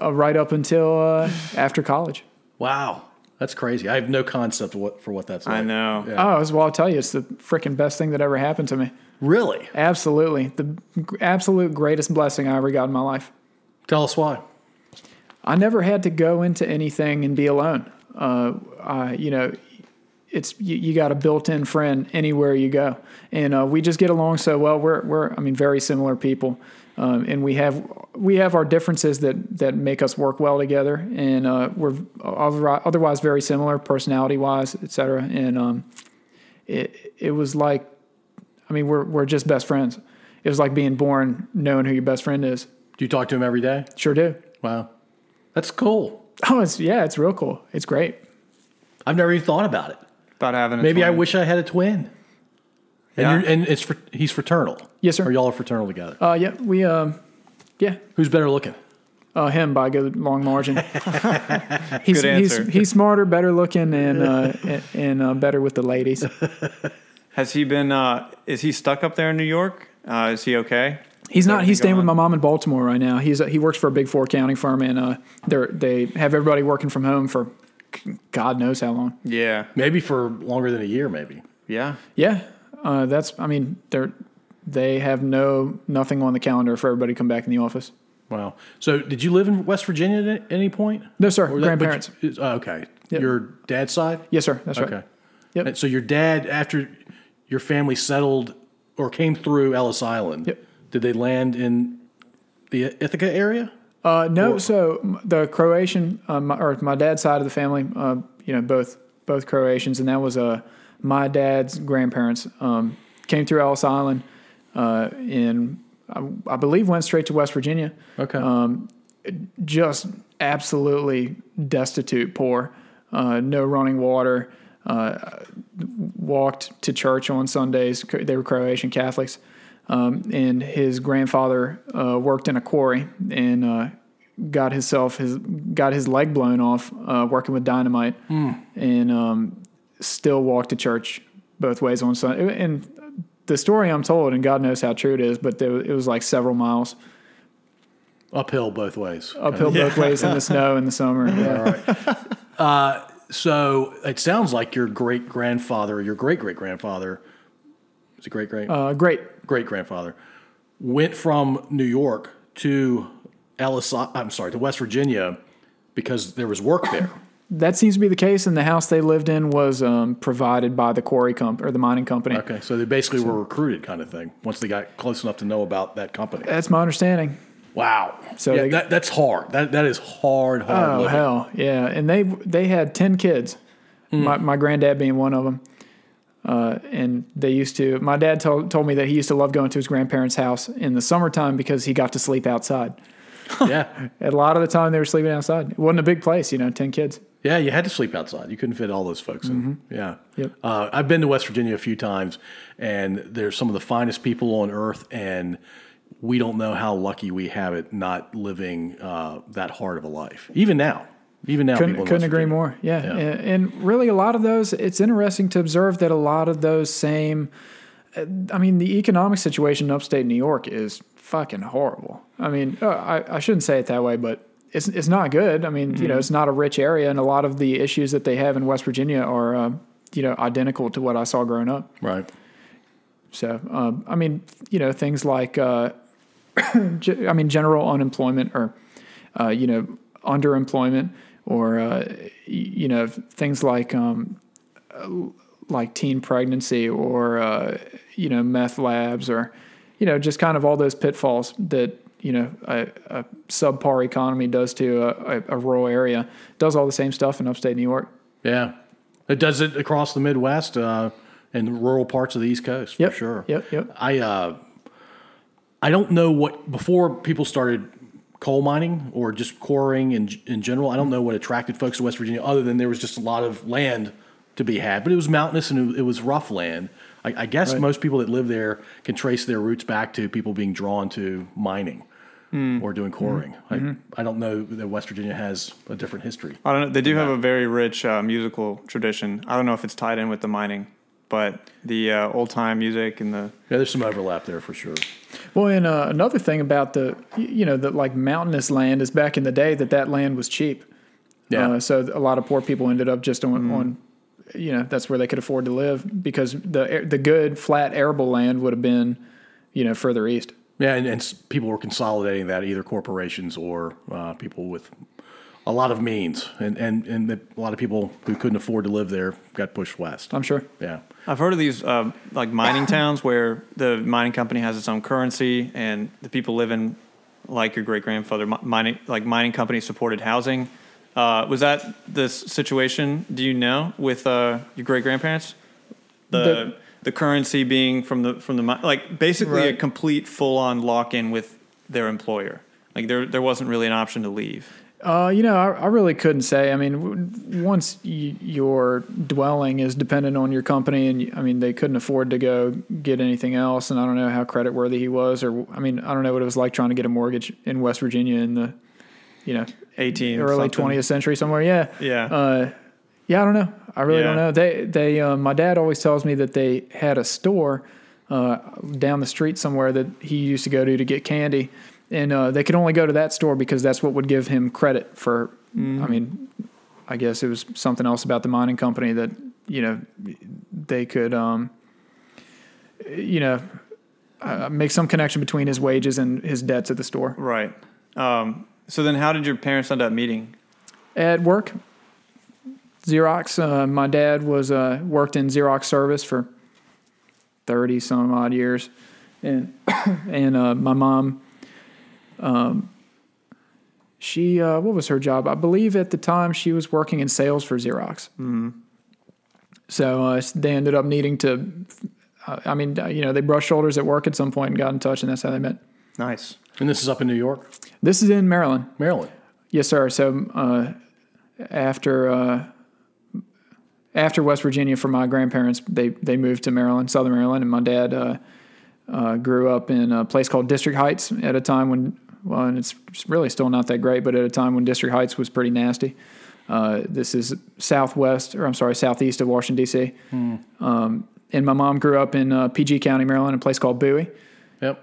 Speaker 4: uh, right up until uh, after college.
Speaker 2: Wow. That's crazy. I have no concept of what, for what that's like.
Speaker 1: I know.
Speaker 2: Yeah.
Speaker 4: Oh, as well, I'll tell you, it's the freaking best thing that ever happened to me.
Speaker 2: Really?
Speaker 4: Absolutely, the g- absolute greatest blessing I ever got in my life.
Speaker 2: Tell us why.
Speaker 4: I never had to go into anything and be alone. Uh, I, you know, it's you, you got a built-in friend anywhere you go, and uh, we just get along so well. We're we're I mean very similar people, um, and we have we have our differences that that make us work well together, and uh, we're other- otherwise very similar personality-wise, et cetera. And um, it it was like, I mean, we're we're just best friends. It was like being born knowing who your best friend is.
Speaker 2: Do you talk to him every day?
Speaker 4: Sure do.
Speaker 2: Wow. That's cool.
Speaker 4: Oh, it's yeah, it's real cool. It's great.
Speaker 2: I've never even thought about it.
Speaker 1: About having a
Speaker 2: Maybe I
Speaker 1: twin.
Speaker 2: wish I had a twin. And,
Speaker 1: Yeah.
Speaker 2: you're, and it's fr- he's fraternal.
Speaker 4: Yes, sir.
Speaker 2: Or y'all are fraternal together.
Speaker 4: Uh, yeah, we um, yeah,
Speaker 2: Who's better looking?
Speaker 4: uh, him by a good long margin. he's,
Speaker 1: answer.
Speaker 4: He's, he's smarter, better looking, and uh, and, and uh, better with the ladies.
Speaker 1: Has he been? Uh, is he stuck up there in New York? Uh, is he okay?
Speaker 4: He's not.
Speaker 1: everything
Speaker 4: He's staying with
Speaker 1: going
Speaker 4: my mom in Baltimore right now. He's uh, he works for a big four accounting firm, and uh, they they have everybody working from home for God knows how long.
Speaker 1: Yeah.
Speaker 2: Maybe for longer than a year, maybe.
Speaker 1: Yeah.
Speaker 4: Yeah, uh, that's. I mean, they're they have no nothing on the calendar for everybody to come back in the office.
Speaker 2: Wow. So did you live in West Virginia at any point?
Speaker 4: No, sir.
Speaker 2: Or that- but
Speaker 4: grandparents.
Speaker 2: you- oh, okay.
Speaker 4: Yep.
Speaker 2: Your dad's side?
Speaker 4: yes, sir. That's right.
Speaker 2: Okay.
Speaker 4: Yep.
Speaker 2: And so your dad, after your family settled or came through Ellis Island,
Speaker 4: Yep.
Speaker 2: did they land in the Ithaca area?
Speaker 4: Uh, no, so m- the Croatian uh, my, or my dad's side of the family, uh, you know, both both Croatians, and that was uh, my dad's grandparents um, came through Ellis Island, uh, and I, I believe went straight to West Virginia.
Speaker 2: Okay.
Speaker 4: Just absolutely destitute, poor, uh, no running water. Uh, walked to church on Sundays. C- They were Croatian Catholics, um, and his grandfather uh, worked in a quarry and uh, got himself his got his leg blown off uh, working with dynamite, and um, still walked to church both ways on Sunday. And the story I'm told, and God knows how true it is, but there, it was like several miles
Speaker 2: Uphill both ways.
Speaker 4: uphill both ways in the snow in the summer. Yeah.
Speaker 2: Uh, So it sounds like your great grandfather, your great great grandfather, is it great great
Speaker 4: Uh, great.
Speaker 2: great grandfather, went from New York to Ellis. I'm sorry, to West Virginia because there was work there.
Speaker 4: That seems to be the case, and the house they lived in was um, provided by the quarry comp or the mining company.
Speaker 2: Okay, so they basically were recruited, kind of thing. Once they got close enough to know about that company.
Speaker 4: That's my understanding.
Speaker 2: Wow. So
Speaker 4: So they-
Speaker 2: that, that's hard. That that is hard. Hard.
Speaker 4: Oh
Speaker 2: living.
Speaker 4: hell, yeah! And they they had ten kids, my my granddad being one of them. Uh, and they used to. My dad told told me that he used to love going to his grandparents' house in the summertime because he got to sleep outside.
Speaker 2: Yeah.
Speaker 4: A lot of the time they were sleeping outside. It wasn't a big place, you know, ten kids.
Speaker 2: Yeah, you had to sleep outside. You couldn't fit all those folks in. Yeah.
Speaker 4: Mm-hmm. Yep.
Speaker 2: Uh, I've been to West Virginia a few times, and there's some of the finest people on earth, and we don't know how lucky we have it not living uh, that hard of a life. Even now. Even now,
Speaker 4: Couldn't
Speaker 2: people in
Speaker 4: couldn't
Speaker 2: West
Speaker 4: agree
Speaker 2: Virginia.
Speaker 4: more. Yeah.
Speaker 2: Yeah.
Speaker 4: And, and really, a lot of those. It's interesting to observe that a lot of those same. uh, I mean, the economic situation in upstate New York is fucking horrible. I mean, uh, I, I shouldn't say it that way, but it's it's not good. I mean,
Speaker 2: Mm-hmm.
Speaker 4: you know, it's not a rich area, and a lot of the issues that they have in West Virginia are, um, you know, identical to what I saw growing up.
Speaker 2: Right.
Speaker 4: So, um, I mean, you know, things like, uh, ge- I mean, general unemployment or, uh, you know, underemployment or, uh, y- you know, things like, um, uh, like teen pregnancy or, uh, you know, meth labs or, you know, just kind of all those pitfalls that, you know, a, a subpar economy does to a, a, a rural area, does all the same stuff in upstate New York.
Speaker 2: Yeah. It does it across the Midwest uh, and rural parts of the East Coast
Speaker 4: Yep,
Speaker 2: for sure.
Speaker 4: yep, yep.
Speaker 2: I uh, I don't know what before people started coal mining or just quarrying in in general. I don't know what attracted folks to West Virginia other than there was just a lot of land to be had, but it was mountainous and it, it was rough land. I, I guess most people that live there can trace their roots back to people being drawn to mining. Or doing quarrying. I, I don't know that West Virginia has a different history.
Speaker 1: I don't know. They do have a very rich uh, musical tradition. I don't know if it's tied in with the mining, but the uh, old time music and the
Speaker 2: Yeah, there's some overlap there for sure.
Speaker 4: Well, and uh, another thing about the, y- you know, that like mountainous land is back in the day that that land was cheap.
Speaker 2: Yeah.
Speaker 4: Uh, so a lot of poor people ended up just on, on, you know, that's where they could afford to live because the the good flat arable land would have been, you know, further east.
Speaker 2: Yeah, and, and s- people were consolidating that either corporations or uh, people with a lot of means, and and and the, a lot of people who couldn't afford to live there got pushed west.
Speaker 4: I'm sure.
Speaker 2: yeah,
Speaker 1: I've heard of these uh, like mining towns where the mining company has its own currency and the people live in like your great grandfather mi- mining like mining company supported housing. Uh, was that this situation? Do you know with uh, your great grandparents the, the
Speaker 4: The-
Speaker 1: currency being from the from the mi- like basically a
Speaker 4: Right.
Speaker 1: complete full on lock in with their employer. Like there there wasn't really an option to leave.
Speaker 4: Uh, you know, I, I really couldn't say. I mean, w- once y- your dwelling is dependent on your company, and y- I mean, they couldn't afford to go get anything else, and I don't know how credit worthy he was, or I mean, I don't know what it was like trying to get a mortgage in West Virginia in the, you know,
Speaker 1: Eighteen
Speaker 4: early
Speaker 1: something.
Speaker 4: twentieth century somewhere. Yeah,
Speaker 1: Yeah.
Speaker 4: Uh, yeah, I don't know. I really don't
Speaker 1: Yeah.
Speaker 4: know. They they uh, my dad always tells me that they had a store uh, down the street somewhere that he used to go to to get candy, and uh, they could only go to that store because that's what would give him credit for. I
Speaker 1: Mm-hmm.
Speaker 4: mean, I guess it was something else about the mining company that you know they could um, you know. Uh, make some connection between his wages and his debts at the store.
Speaker 1: Right. Um, so then, how did your parents end up meeting?
Speaker 4: at work. Xerox. Uh, my dad was uh, worked in Xerox service for thirty some odd years, and and uh, my mom, um, she uh, what was her job? I believe at the time she was working in sales for Xerox. So uh, they ended up needing to. Uh, I mean, you know, they brushed shoulders at work at some point and got in touch, and that's how they met.
Speaker 1: Nice.
Speaker 2: and this is up in New York,
Speaker 4: This is in Maryland.
Speaker 2: Maryland.
Speaker 4: Yes, sir. So uh, after uh, after West Virginia for my grandparents, they they moved to Maryland, Southern Maryland, and my dad uh, uh, grew up in a place called District Heights at a time when well, and it's really still not that great, but at a time when District Heights was pretty nasty. Uh, this is southwest, or I'm sorry, southeast of Washington D.C. Um, and my mom grew up in uh, PG County, Maryland, a place called Bowie.
Speaker 2: Yep.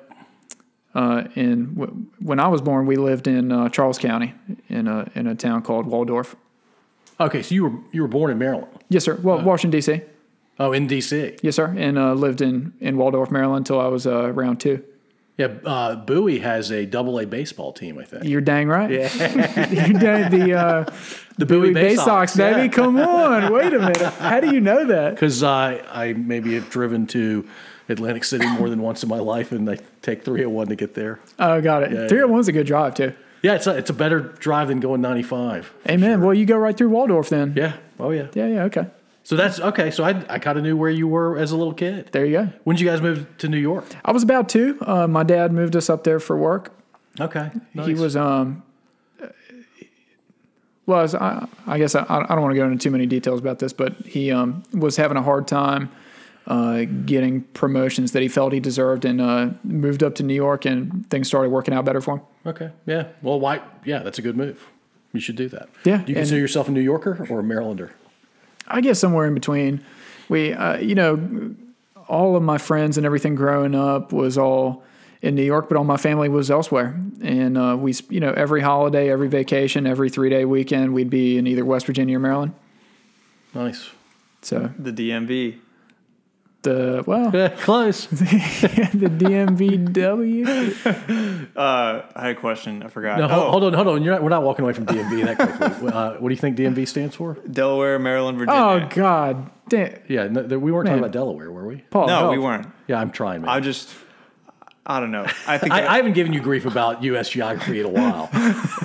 Speaker 4: Uh, and w- when I was born, we lived in uh, Charles County in a in a town called Waldorf.
Speaker 2: Okay, so you were you were born in Maryland.
Speaker 4: Yes, sir. Well, Washington D.C.
Speaker 2: Oh, in D.C.
Speaker 4: Yes, sir. And uh, lived in in Waldorf, Maryland, until I was uh, around two.
Speaker 2: Yeah, uh, Bowie has a double A baseball team, I think.
Speaker 4: You're dang right. You're dang, the uh,
Speaker 2: The Bowie,
Speaker 4: Bay Sox, baby. Come on. Wait a minute. How do you know that?
Speaker 2: Because I, I maybe have driven to Atlantic City more than once in my life, and I take 301 to get there.
Speaker 4: Oh, got it.
Speaker 2: yeah.
Speaker 4: 301's a good drive, too.
Speaker 2: Yeah, it's a, it's a better drive than going 95.
Speaker 4: Amen. Well, you go right through Waldorf then.
Speaker 2: Yeah. Oh, yeah.
Speaker 4: Yeah, yeah, okay.
Speaker 2: So that's okay. So I, I kind of knew where you were as a little kid.
Speaker 4: There you go.
Speaker 2: When did you guys move to New York?
Speaker 4: I was about two. Uh, my dad moved us up there for work.
Speaker 2: Okay.
Speaker 4: He
Speaker 2: nice.
Speaker 4: was, um, uh, well, I was- I, I guess I, I don't want to go into too many details about this, but he um, was having a hard time uh, getting promotions that he felt he deserved and uh, moved up to New York and things started working out better for him.
Speaker 2: Okay. Yeah. Well, why? Yeah, that's a good move. You should do that.
Speaker 4: Yeah,
Speaker 2: Do you
Speaker 4: and-
Speaker 2: consider yourself a New Yorker or a Marylander?
Speaker 4: I guess somewhere in between. We, uh, you know, all of my friends and everything growing up was all in New York, but all my family was elsewhere. And uh, we, sp- you know, every holiday, every vacation, every three day weekend, we'd be in either West Virginia or Maryland.
Speaker 2: Nice.
Speaker 4: So
Speaker 1: The DMV.
Speaker 4: the well, the
Speaker 2: Close.
Speaker 4: DMVW.
Speaker 1: Uh, I had a question. I forgot.
Speaker 2: No,
Speaker 1: oh,
Speaker 2: hold, hold on, hold on. You're not, we're not walking away from DMV that quickly. uh, what do you think DMV stands for?
Speaker 1: Delaware, Maryland,
Speaker 4: Oh
Speaker 1: Virginia.
Speaker 4: God, damn,
Speaker 2: Yeah, no, there- we weren't talking
Speaker 4: Man.
Speaker 2: about Delaware, were we?
Speaker 4: Paul.
Speaker 1: no,
Speaker 4: help.
Speaker 1: we weren't.
Speaker 2: Yeah, I'm trying, man.
Speaker 1: I just, I don't know. I think
Speaker 2: I, I
Speaker 1: I,
Speaker 2: haven't given you grief about U.S. geography in a while,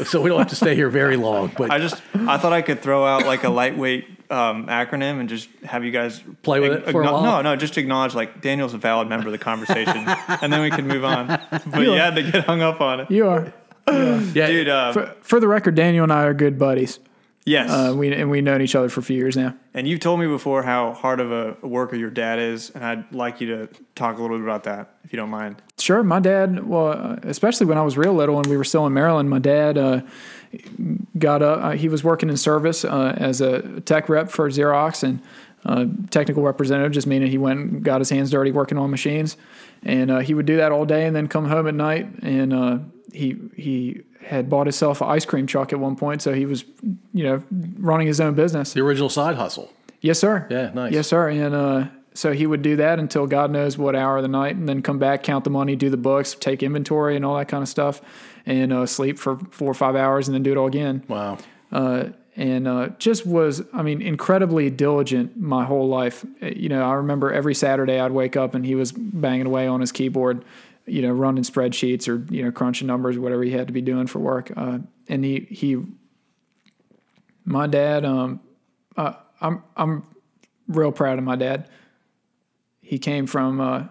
Speaker 2: so we don't have to stay here very long. But
Speaker 1: I just, I thought I could throw out like a lightweight um, acronym and just have you guys
Speaker 2: Play with it for a while?
Speaker 1: No, no, just acknowledge like Daniel's a valid member of the conversation, and then we can move on. But you had to get hung up on it,
Speaker 4: You are.
Speaker 2: yeah,
Speaker 1: dude. Uh,
Speaker 4: For, for the record, Daniel and I are good buddies.
Speaker 1: yes,
Speaker 4: Uh, we and we've known each other for a few years now.
Speaker 1: and you've told me before how hard of a worker your dad is, and I'd like you to talk a little bit about that if you don't mind.
Speaker 4: Sure, my dad. Well, especially when I was real little and we were still in Maryland, my dad uh, got up. Uh, he was working in service uh, as a tech rep for Xerox and uh, technical representative, just meaning he went and got his hands dirty working on machines, and uh, he would do that all day and then come home at night. And uh, he he had bought himself an ice cream truck at one point, so he was you know running his own business.
Speaker 2: the original side hustle.
Speaker 4: Yes, sir.
Speaker 2: Yeah, nice.
Speaker 4: Yes, sir. And uh, so he would do that until God knows what hour of the night, and then come back, count the money, do the books, take inventory, and all that kind of stuff, and uh, sleep for four or five hours, and then do it all again.
Speaker 2: Wow.
Speaker 4: Uh, and uh, just was, I mean, incredibly diligent my whole life. Uh, You know, I remember every Saturday I'd wake up and he was banging away on his keyboard, you know, running spreadsheets or you know crunching numbers, whatever he had to be doing for work. Uh, and he he, my dad, um, real proud of my dad. He came from, uh,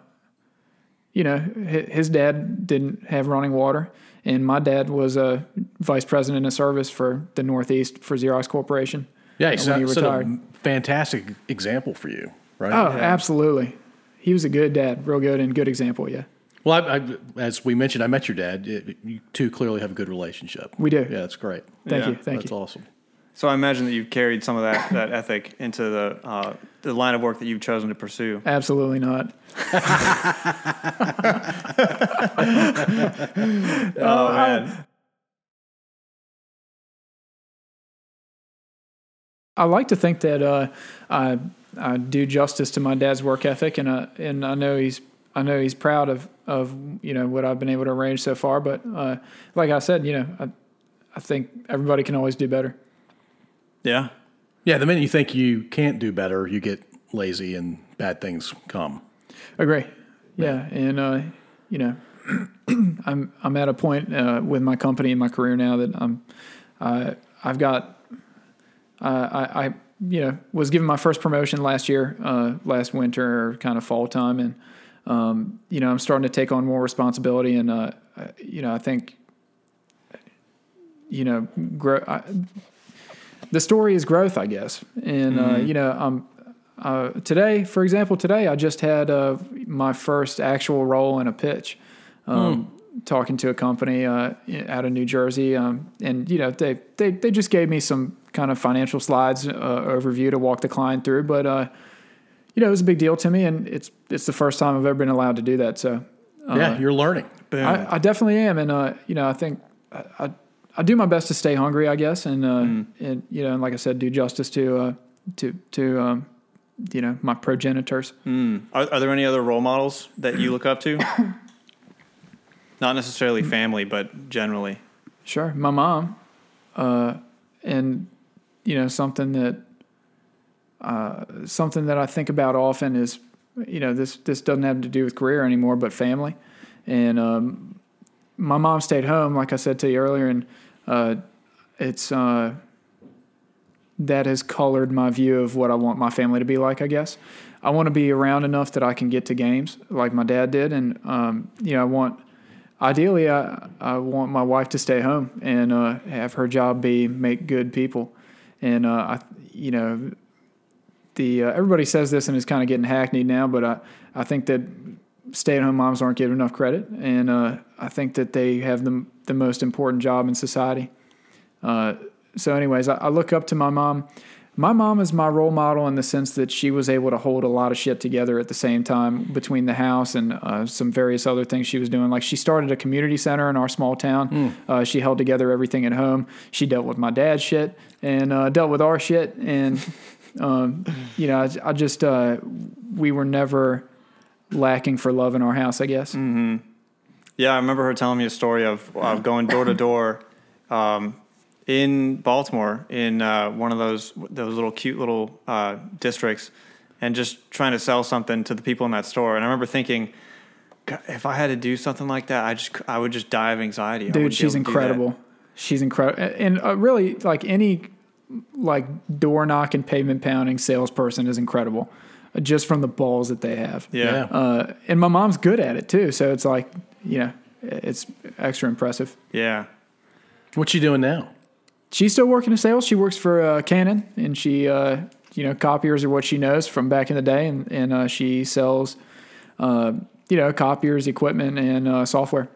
Speaker 4: you know, hi- his dad didn't have running water, and my dad was a vice president of service for the Northeast for Xerox Corporation.
Speaker 2: Yeah, he
Speaker 4: when
Speaker 2: set,
Speaker 4: he
Speaker 2: set a
Speaker 4: retired.
Speaker 2: fantastic example for you, right?
Speaker 4: Oh, absolutely. He was a good dad, real good and good example. Yeah,
Speaker 2: Well, I, I, as we mentioned, I met your dad. It- you two clearly have a good relationship.
Speaker 4: we do.
Speaker 2: Yeah, that's great.
Speaker 4: Thank
Speaker 1: Yeah,
Speaker 4: you, thank
Speaker 2: that's
Speaker 4: you.
Speaker 2: awesome.
Speaker 1: So I imagine that you've carried some of that, that ethic into the uh, the line of work that you've chosen to pursue.
Speaker 4: Absolutely not.
Speaker 1: Oh man,
Speaker 4: I like to think that uh, I I do justice to my dad's work ethic, and I and I know he's I know he's proud of of you know what I've been able to arrange so far. But uh, like I said, you know I I think everybody can always do better.
Speaker 1: yeah.
Speaker 2: Yeah, the minute you think you can't do better, you get lazy and bad things come.
Speaker 4: Agree. Yeah, and uh, you know I'm I'm at a point uh, with my company and my career now that I'm uh, I've got uh, I, I you know was given my first promotion last year, uh, last winter, kind of fall time, and um, you know I'm starting to take on more responsibility, and uh, I- you know I think you know grow. I, the story is growth, I guess, and uh, you know I'm. Uh, today, for example, today I just had uh, my first actual role in a pitch um, talking to a company uh, out of New Jersey, um, and you know they, they they just gave me some kind of financial slides uh, overview to walk the client through, but uh, you know it was a big deal to me, and it's it's the first time I've ever been allowed to do that, so
Speaker 2: yeah, you're learning.
Speaker 1: Boom.
Speaker 4: I, I definitely am, and uh, you know I think I, I I do my best to stay hungry, I guess, and uh, and you know and like I said, do justice to uh, to to um, you know my progenitors.
Speaker 1: Are, are there any other role models that you look up to? Not necessarily family, but generally.
Speaker 4: Sure. My mom, uh, and you know something that uh, something that I think about often is you know this this doesn't have to do with career anymore, but family. And um, my mom stayed home, like I said to you earlier, and uh, it's uh, that has colored my view of what I want my family to be like. I guess I want to be around enough that I can get to games like my dad did, and um, you know I want ideally I, I want my wife to stay home and uh, have her job be make good people and uh, I, you know the uh, everybody says this and it's kind of getting hackneyed now but I, I think that stay-at-home moms aren't given enough credit and uh, I think that they have the, the most important job in society uh, so anyways I, I look up to my mom my mom is my role model in the sense that she was able to hold a lot of shit together at the same time between the house and uh, some various other things she was doing. Like she started a community center in our small town. Uh, she held together everything at home. She dealt with my dad's shit and uh, dealt with our shit. And um, you know, I, I just uh, we were never lacking for love in our house. I guess.
Speaker 1: Yeah, I remember her telling me a story of, of going door to door um, in Baltimore in uh, one of those those little cute little uh, districts, and just trying to sell something to the people in that store. And I remember thinking, "God, if I had to do something like that, I just c- I would just die of anxiety. I wouldn't
Speaker 4: dude
Speaker 1: be
Speaker 4: she's
Speaker 1: able to do that.
Speaker 4: incredible she's incredible and uh, really like any like door knocking pavement pounding salesperson is incredible uh, just from the balls that they have
Speaker 1: Yeah. yeah,
Speaker 4: uh, and my mom's good at it too so it's like you know it's extra impressive
Speaker 2: What's she doing now?
Speaker 4: she's still working in sales she works for uh, canon and she uh, you know copiers are what she knows from back in the day and, and uh, she sells uh, you know copiers equipment and uh, software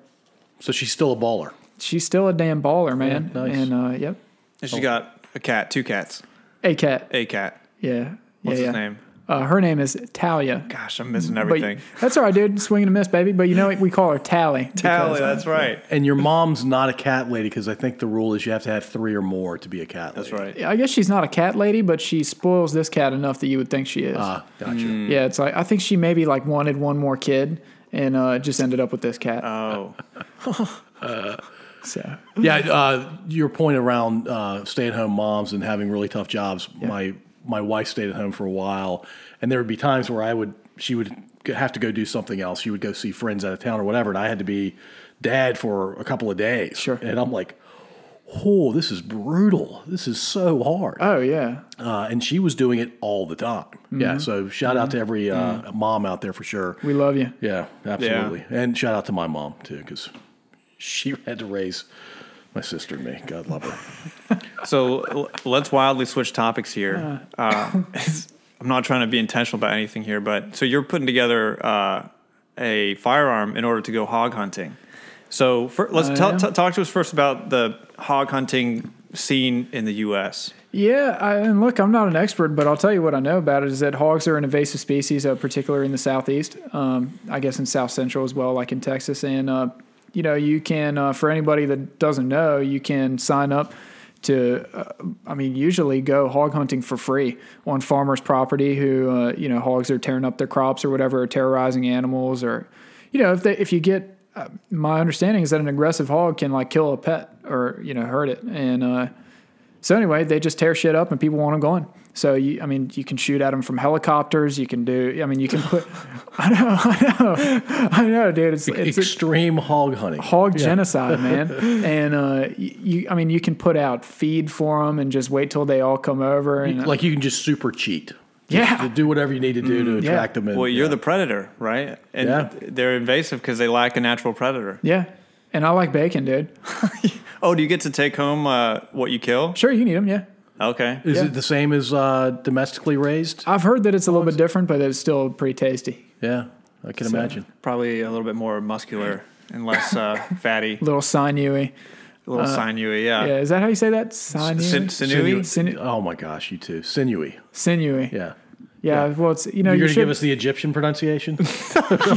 Speaker 2: So she's still a baller.
Speaker 4: she's still a damn baller man
Speaker 2: Yeah, nice.
Speaker 4: and uh, yep
Speaker 1: And she's got a cat, two cats,
Speaker 4: a cat
Speaker 1: a cat.
Speaker 4: Yeah.
Speaker 1: What's
Speaker 4: yeah,
Speaker 1: his
Speaker 4: yeah.
Speaker 1: name?
Speaker 4: Uh, her name is Talia.
Speaker 1: Gosh, I'm missing
Speaker 4: But
Speaker 1: everything.
Speaker 4: that's all right, dude. Swing and a miss, baby. But you know what? We call her Tally.
Speaker 1: Tally,
Speaker 4: because-
Speaker 1: that's right.
Speaker 2: And your mom's not a cat lady because I think the rule is you have to have three or more to be a cat
Speaker 1: That's
Speaker 2: lady.
Speaker 1: right.
Speaker 4: I guess she's not a cat lady, but she spoils this cat enough that you would think she is.
Speaker 1: Uh,
Speaker 2: Ah, gotcha.
Speaker 4: yeah, it's like I think she maybe like wanted one more kid and uh, just ended up with this cat.
Speaker 1: Oh,
Speaker 4: so
Speaker 2: Yeah, uh, your point around uh, stay-at-home moms and having really tough jobs. My my wife stayed at home for a while, and there would be times where I would she would have to go do something else. She would go see friends out of town or whatever, and I had to be dad for a couple of days.
Speaker 4: Sure.
Speaker 2: and I'm like. Oh, this is brutal. This is so hard.
Speaker 4: oh yeah.
Speaker 2: Uh, and she was doing it all the time. Yeah. So shout out to every uh, mom out there for sure.
Speaker 4: Mm-hmm. We love you.
Speaker 2: Yeah, absolutely. And shout out to my mom too, because she had to raise my sister and me. God love her.
Speaker 1: so l- let's wildly switch topics here. Uh, I'm not trying to be intentional about anything here, but so you're putting together uh, a firearm in order to go hog hunting. So fir- let's
Speaker 2: Oh,
Speaker 4: I
Speaker 1: tell
Speaker 4: am.
Speaker 1: t- talk to us first about the hog hunting scene in the U.S.
Speaker 4: Yeah, I, and look, I'm not an expert, but I'll tell you what I know about it is that hogs are an invasive species, uh, particularly in the southeast. Um, I guess in South Central as well, like in Texas. And uh, you know, you can uh, for anybody that doesn't know, you can sign up to. Uh, I mean, usually go hog hunting for free on farmers' property who uh, you know hogs are tearing up their crops or whatever, or terrorizing animals, or you know, if they if you get uh, my understanding is that an aggressive hog can like kill a pet or you know hurt it and. Uh, so anyway, they just tear shit up and people want them gone. So you, I mean, you can shoot at them from helicopters. You can do. I mean, you can put. I know, I know, I know, dude. It's it's a
Speaker 2: Extreme hog hunting.
Speaker 4: hog genocide, man. And uh, you, I mean, you can put out feed for them and just wait till they all come over. And uh,
Speaker 2: Like you can just super cheat. Just
Speaker 4: Yeah. Mm,
Speaker 2: to do whatever you need to do to
Speaker 4: yeah.
Speaker 2: attract them. In.
Speaker 1: Well, you're
Speaker 2: Yeah.
Speaker 1: the predator, right? And
Speaker 2: Yeah.
Speaker 1: they're invasive because they lack a natural predator.
Speaker 4: yeah, and I like bacon, dude.
Speaker 1: Oh, do you get to take home uh, what you kill?
Speaker 4: Sure, you can eat them. Yeah,
Speaker 1: Okay.
Speaker 2: Is
Speaker 4: yeah. Uh,
Speaker 2: it the same as uh, domestically raised?
Speaker 4: I've heard that it's a little bit different, but it's still pretty tasty.
Speaker 2: Yeah, I can imagine.
Speaker 1: Probably a little bit more muscular and less uh, fatty,
Speaker 4: little sinewy.
Speaker 1: a little
Speaker 2: Uh,
Speaker 1: sinewy.
Speaker 4: Yeah, is that how you say that? Sinewy.
Speaker 1: sin- sinewy?
Speaker 4: Sine-
Speaker 2: Oh my gosh, you too. Sinewy.
Speaker 4: sinewy. Yeah.
Speaker 2: Yeah.
Speaker 4: Well, it's you know
Speaker 2: You're
Speaker 4: you
Speaker 2: going to
Speaker 4: should
Speaker 2: give us the Egyptian pronunciation?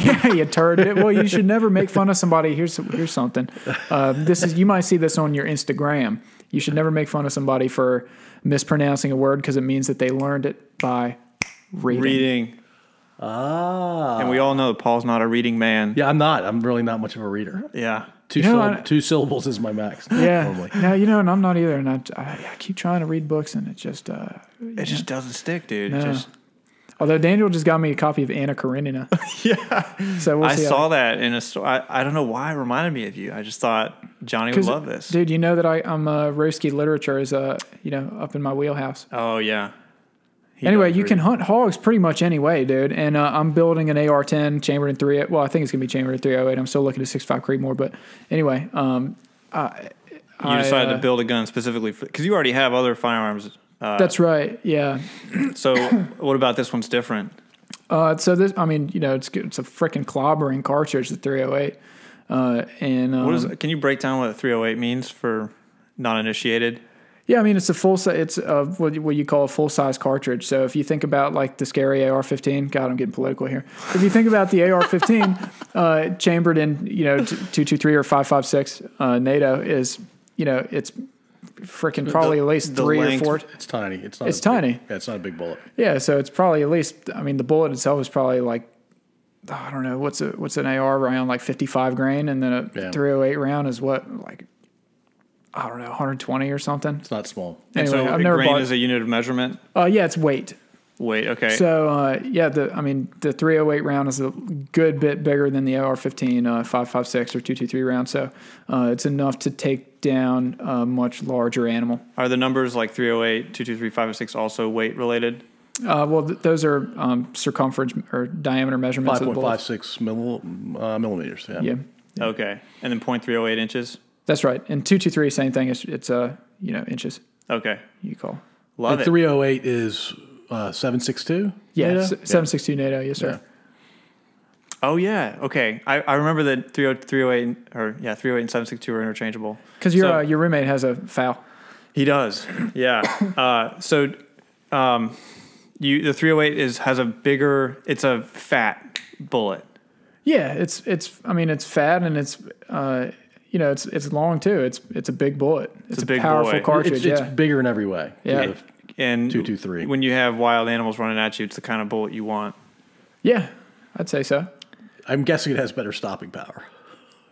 Speaker 4: yeah, you turd. Well, you should never make fun of somebody. Here's here's something. Uh, this is you might see this on your Instagram. You should never make fun of somebody for mispronouncing a word because it means that they learned it by reading.
Speaker 1: Reading.
Speaker 2: Ah.
Speaker 1: and we all know Paul's not a reading man.
Speaker 2: Yeah, I'm not. I'm really not much of a reader.
Speaker 1: Yeah.
Speaker 2: Two,
Speaker 4: You know,
Speaker 2: syllab-
Speaker 4: I-
Speaker 2: two syllables is my max.
Speaker 4: Yeah.
Speaker 1: Oh
Speaker 2: Normally.
Speaker 4: No, you know, and I'm not either. And I, I, I keep trying to read books, and it just. Uh,
Speaker 1: It just doesn't stick, dude. It
Speaker 4: No.
Speaker 1: Just,
Speaker 4: although Daniel just got me a copy of Anna Karenina. yeah. So we'll
Speaker 1: I
Speaker 4: see how-
Speaker 1: saw that in a store. I, I don't know why it reminded me of you. I just thought Johnny would
Speaker 4: 'cause,
Speaker 1: love this.
Speaker 4: dude. You know that I, I'm uh, Roski literature is uh, you know up in my wheelhouse.
Speaker 1: oh, yeah. He
Speaker 4: anyway,
Speaker 1: does
Speaker 4: you
Speaker 1: read.
Speaker 4: can hunt hogs pretty much any way, dude. And uh, I'm building an AR-10 chambered in three. Well, I think it's gonna be chambered in 308. I'm still looking to 6.5 Creedmoor, but anyway, um,
Speaker 1: You decided
Speaker 4: I, uh,
Speaker 1: to build a gun specifically because you already have other firearms. Uh,
Speaker 4: that's right. Yeah.
Speaker 1: so, what about this one's different?
Speaker 4: Uh, so this, I mean, you know, it's good- it's a freaking clobbering cartridge, the 308. Uh, and um,
Speaker 1: What is? Can you break down what 308 means for non-initiated?
Speaker 4: Yeah, I mean it's a full size. It's uh, what you- what you call a full size cartridge. So if you think about like the scary AR-15, God, I'm getting political here. If you think about the AR-15 uh, chambered in, you know, t- two two three or five five six uh, NATO is, you know, it's freaking probably at least
Speaker 1: the
Speaker 4: three
Speaker 1: length-
Speaker 4: or four.
Speaker 2: It's tiny. It's not.
Speaker 4: It's
Speaker 2: a big-
Speaker 4: tiny.
Speaker 2: yeah, it's not a big bullet.
Speaker 4: Yeah, so it's probably at least. I mean, the bullet itself is probably like I don't know what's a what's an AR round like fifty five grain, and then a
Speaker 2: Yeah.
Speaker 4: three hundred eight round is what like I don't know one hundred twenty or something.
Speaker 2: It's not small.
Speaker 1: And
Speaker 4: Anyway,
Speaker 1: so,
Speaker 4: I've
Speaker 1: a
Speaker 4: never
Speaker 1: grain
Speaker 4: bought.
Speaker 1: is a unit of measurement.
Speaker 4: uh, yeah, it's weight.
Speaker 1: Wait, okay.
Speaker 4: So uh, yeah, the I mean the 308 round is a good bit bigger than the AR-15 uh, 556 or 223 round, so uh, it's enough to take down a much larger animal.
Speaker 1: Are the numbers like 308, 223, 506 also weight related?
Speaker 4: Uh, well, th- those are um, circumference or diameter measurements.
Speaker 2: Five
Speaker 4: of the
Speaker 2: point
Speaker 4: bullets.
Speaker 2: five six mil, uh, millimeters. Yeah.
Speaker 4: Yeah,
Speaker 1: Okay. And then 0.308 inches?
Speaker 4: that's right. And 223, same thing. It's it's uh, you know inches
Speaker 1: Okay.
Speaker 4: you call.
Speaker 1: Love
Speaker 2: And
Speaker 1: it.
Speaker 2: 308 is uh, 762.
Speaker 4: Yeah,
Speaker 2: NATO?
Speaker 4: s- 762 NATO. Yes, sir.
Speaker 1: oh, yeah. Okay. I, I remember that oh, 30, 308 or yeah, 308 and 762 are interchangeable.
Speaker 4: Because your
Speaker 1: So-
Speaker 4: uh, your roommate has a foul.
Speaker 1: He does. Yeah. Uh, so um, you the 308 is has a bigger, it's a fat bullet.
Speaker 4: Yeah, it's it's. I mean, it's fat and it's uh, you know, it's it's long too. It's it's a big bullet. It's,
Speaker 1: a
Speaker 4: a,
Speaker 1: big
Speaker 4: powerful
Speaker 1: boy.
Speaker 4: cartridge.
Speaker 2: It's,
Speaker 4: yeah.
Speaker 2: it's bigger in every way.
Speaker 4: Yeah.
Speaker 2: Sort of.
Speaker 1: And
Speaker 2: 223.
Speaker 1: when you have wild animals running at you, it's the kind of bullet you want.
Speaker 4: yeah, I'd say so.
Speaker 2: I'm guessing it has better stopping power.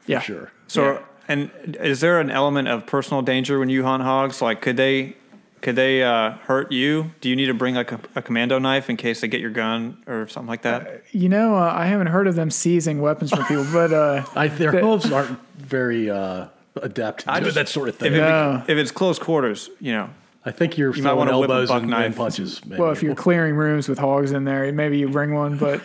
Speaker 4: Yeah,
Speaker 2: Sure.
Speaker 1: So, and is there an element of personal danger when you hunt hogs? Like, could they, could they uh, hurt you? Do you need to bring like a, a commando knife in case they get your gun or something like that?
Speaker 4: You know, uh, I haven't heard of them seizing weapons from people, but uh,
Speaker 2: I, their
Speaker 4: That-
Speaker 2: hooves aren't very uh, adept to that sort of
Speaker 1: If,
Speaker 2: thing.
Speaker 1: it bec-
Speaker 4: No.
Speaker 1: if it's close quarters, you know.
Speaker 2: I think you're
Speaker 1: might
Speaker 2: throwing
Speaker 1: wanna whip a
Speaker 2: elbows
Speaker 1: buck
Speaker 2: and,
Speaker 1: knife.
Speaker 2: and punches. Maybe.
Speaker 4: well, if you're clearing rooms with hogs in there, maybe you bring one. But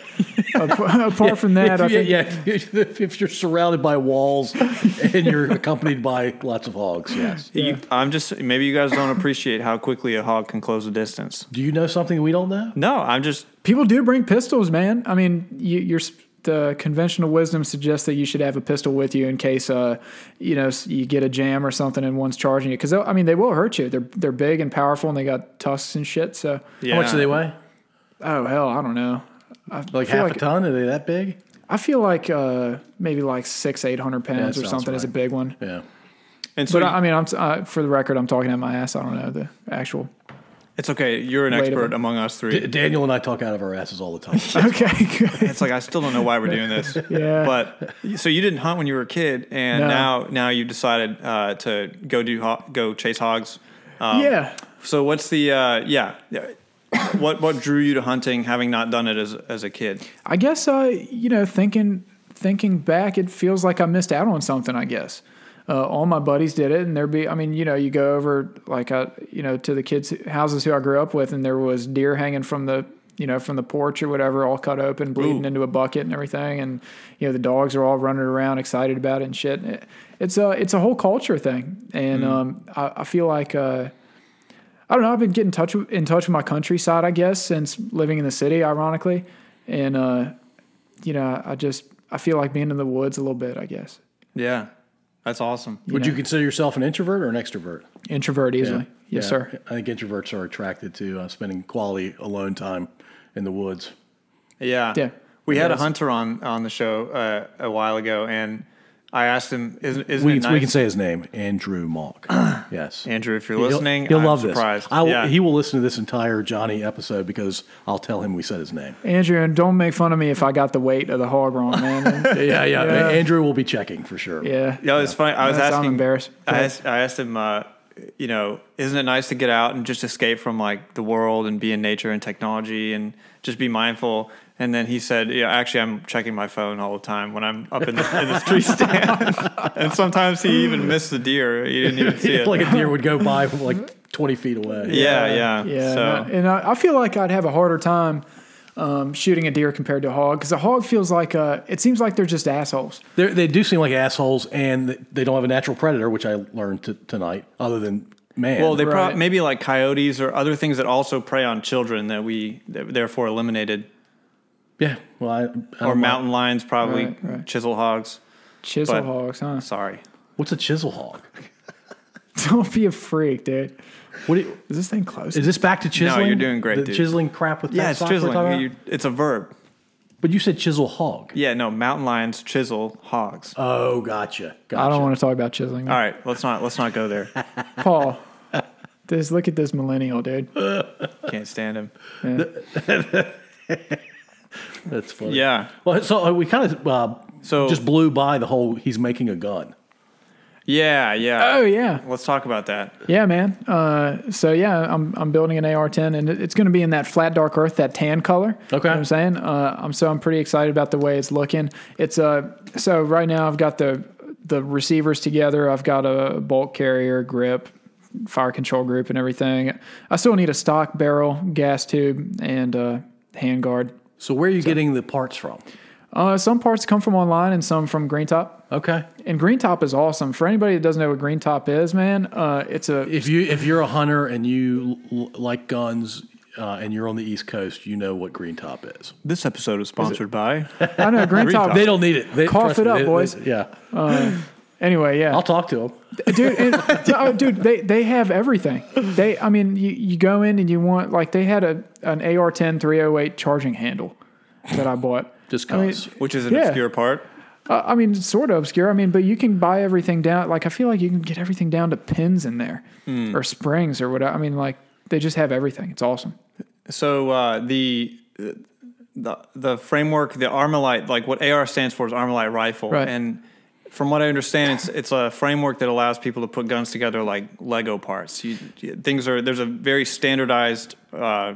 Speaker 4: ap- apart from that,
Speaker 2: if,
Speaker 4: I
Speaker 2: you-
Speaker 4: think
Speaker 2: yeah, if, you- if you're surrounded by walls and you're accompanied by lots of hogs, yes.
Speaker 1: You, I'm just maybe you guys don't appreciate how quickly a hog can close a distance.
Speaker 2: Do you know something we don't know?
Speaker 1: No, I'm just
Speaker 4: people do bring pistols, man. I mean, you, you're s- the conventional wisdom suggests that you should have a pistol with you in case uh, you know s- you get a jam or something and one's charging you because I mean they will hurt you. They're they're big and powerful and they got tusks and shit. So
Speaker 1: yeah.
Speaker 2: How much do they weigh?
Speaker 4: oh hell, I don't know.
Speaker 2: Like
Speaker 4: feel
Speaker 2: half
Speaker 4: like-
Speaker 2: a ton? Are they that big?
Speaker 4: I feel like uh, maybe like six, eight hundred pounds or
Speaker 2: sounds
Speaker 4: something is a
Speaker 2: right.
Speaker 4: big one.
Speaker 2: Yeah.
Speaker 1: And so
Speaker 4: But I, I mean, I'm t- uh, for the record, I'm talking out my ass. I don't know the actual.
Speaker 1: it's okay. You're an
Speaker 4: Wait a
Speaker 1: expert
Speaker 4: minute.
Speaker 1: among us
Speaker 2: D-
Speaker 1: three.
Speaker 2: Daniel and I talk out of our asses all the time.
Speaker 4: Okay, good.
Speaker 1: It's like I still don't know why we're doing this.
Speaker 4: Yeah.
Speaker 1: But so you didn't hunt when you were a kid, and
Speaker 4: No.
Speaker 1: now now you decided uh, to go do ho- go chase hogs.
Speaker 4: yeah.
Speaker 1: So what's the uh, yeah? yeah. what what drew you to hunting, having not done it as as a kid?
Speaker 4: I guess uh, you know, thinking thinking back, it feels like I missed out on something. I guess uh, all my buddies did it, and there'd be. I mean, you know, you go over like I, you know, to the kids' houses who I grew up with, and there was deer hanging from the you know from the porch or whatever, all cut open, bleeding
Speaker 1: Ooh.
Speaker 4: into a bucket and everything, and you know the dogs are all running around, excited about it and shit. It- It's a it's a whole culture thing, and um, I, I feel like. Uh, I don't know. I've been getting touch in touch with my countryside, I guess, since living in the city, ironically, and uh, you know, I just I feel like being in the woods a little bit. I guess
Speaker 1: Yeah, that's awesome.
Speaker 2: Would you consider yourself an introvert or an extrovert?
Speaker 4: introvert easily. Yes,
Speaker 2: Yeah.
Speaker 4: sir.
Speaker 2: I think introverts are attracted to uh, spending quality alone time in the woods.
Speaker 1: Yeah,
Speaker 4: Yeah.
Speaker 1: We had a
Speaker 4: Yes.
Speaker 1: hunter on on the show uh, a while ago, and I asked him, "Isn't, isn't
Speaker 2: We,
Speaker 1: it nice?"
Speaker 2: we can say his name, Andrew Malk. yes.
Speaker 1: Andrew, if you're
Speaker 2: He'll-
Speaker 1: listening,
Speaker 2: he'll,
Speaker 1: I'm
Speaker 2: love
Speaker 1: surprised.
Speaker 2: this. I will,
Speaker 1: Yeah.
Speaker 2: He will listen to this entire Johnny episode because I'll tell him we said his name.
Speaker 4: Andrew, and don't make fun of me if I got the weight of the hog wrong, man.
Speaker 2: Yeah, yeah.
Speaker 4: Yeah.
Speaker 2: Andrew will be checking for sure.
Speaker 4: yeah.
Speaker 1: Yeah, it's funny. I was
Speaker 4: That's- I'm
Speaker 1: asking.
Speaker 4: embarrassed. Go
Speaker 1: I
Speaker 4: ahead.
Speaker 1: asked, I asked him, uh, you know, isn't it nice to get out and just escape from like the world and be in nature and technology and just be mindful? And then he said, yeah, actually, I'm checking my phone all the time when I'm up in, the, in this tree stand. and sometimes he even missed the deer. He didn't even see it.
Speaker 2: like a deer would go by from like 20 feet away.
Speaker 1: yeah, yeah.
Speaker 4: Yeah, and,
Speaker 1: so
Speaker 4: I, and I- I feel like I'd have a harder time um, shooting a deer compared to a hog because a hog feels like uh, it seems like they're just assholes.
Speaker 2: They're, they do seem like assholes and they don't have a natural predator, which I learned t- tonight, other than man.
Speaker 1: well, they prob-
Speaker 4: Right.
Speaker 1: maybe like coyotes or other things that also prey on children that we that therefore eliminated,
Speaker 2: yeah. Well, I, I don't
Speaker 1: or
Speaker 2: know.
Speaker 1: mountain lions, probably
Speaker 4: Right, right.
Speaker 1: chisel hogs.
Speaker 4: Chisel
Speaker 1: But-
Speaker 4: hogs, huh?
Speaker 1: Sorry.
Speaker 2: What's a chisel hog?
Speaker 4: Don't be a freak, dude.
Speaker 2: What do you,
Speaker 4: Is this thing close?
Speaker 2: is this back to chiseling?
Speaker 1: you're doing great,
Speaker 2: The
Speaker 1: dude.
Speaker 2: chiseling crap with
Speaker 1: Yeah,
Speaker 2: pet
Speaker 1: it's
Speaker 2: sock we're talking
Speaker 1: chiseling.
Speaker 2: about?
Speaker 1: You, it's a verb.
Speaker 2: but you said chisel hog.
Speaker 1: Yeah, no, mountain lions chisel hogs.
Speaker 2: Oh, gotcha. gotcha.
Speaker 4: I don't want to talk about chiseling.
Speaker 1: All right, let's not let's not go there.
Speaker 4: Paul, this look at this millennial dude.
Speaker 1: Can't stand him.
Speaker 2: That's funny.
Speaker 1: Yeah.
Speaker 2: Well, so uh, we kind of uh,
Speaker 1: So
Speaker 2: just blew by the whole he's making a gun.
Speaker 1: yeah, yeah.
Speaker 4: Oh yeah,
Speaker 1: Let's talk about that.
Speaker 4: yeah, man. Uh, so yeah, I'm I'm building an AR-10, and it- it's going to be in that flat dark earth, that tan color. You know
Speaker 2: Okay.
Speaker 4: what I'm saying. Uh, I'm so I'm pretty excited about the way it's looking. It's uh so right now I've got the the receivers together. I've got a bolt carrier grip. Fire control group and everything. I still need a stock barrel, gas tube, and uh, handguard.
Speaker 2: So where are you getting the parts from?
Speaker 4: Uh, some parts come from online and some from Green Top.
Speaker 2: Okay.
Speaker 4: And Green Top is awesome. For anybody that doesn't know what Green Top is, man, uh, it's a
Speaker 2: If you if you're a hunter and you l- l- like guns uh, and you're on the East Coast, you know what green top is.
Speaker 1: This episode is sponsored by
Speaker 4: I know Green Top.
Speaker 2: They don't need it. They,
Speaker 4: Cough
Speaker 2: trust
Speaker 4: it
Speaker 2: me,
Speaker 4: up,
Speaker 2: they-
Speaker 4: boys.
Speaker 2: they- yeah.
Speaker 4: Anyway, yeah,
Speaker 2: I'll talk to them.
Speaker 4: dude, and, oh, dude, they they have everything. They, I mean, you, you go in and you want like they had a an AR-10 308 charging handle that I bought.
Speaker 2: Just
Speaker 4: I mean,
Speaker 2: guns.
Speaker 1: which is an
Speaker 4: Yeah.
Speaker 1: obscure part.
Speaker 4: Uh, I mean, sort of obscure. I mean, but you can buy everything down. Like, I feel like you can get everything down to pins in there or springs or whatever. I mean, like they just have everything. It's awesome.
Speaker 1: So uh, the the the framework, the Armalite, like what AR stands for is Armalite rifle,
Speaker 4: Right.
Speaker 1: and from what I understand, it's it's a framework that allows people to put guns together like Lego parts. You, you- things are there's a very standardized uh,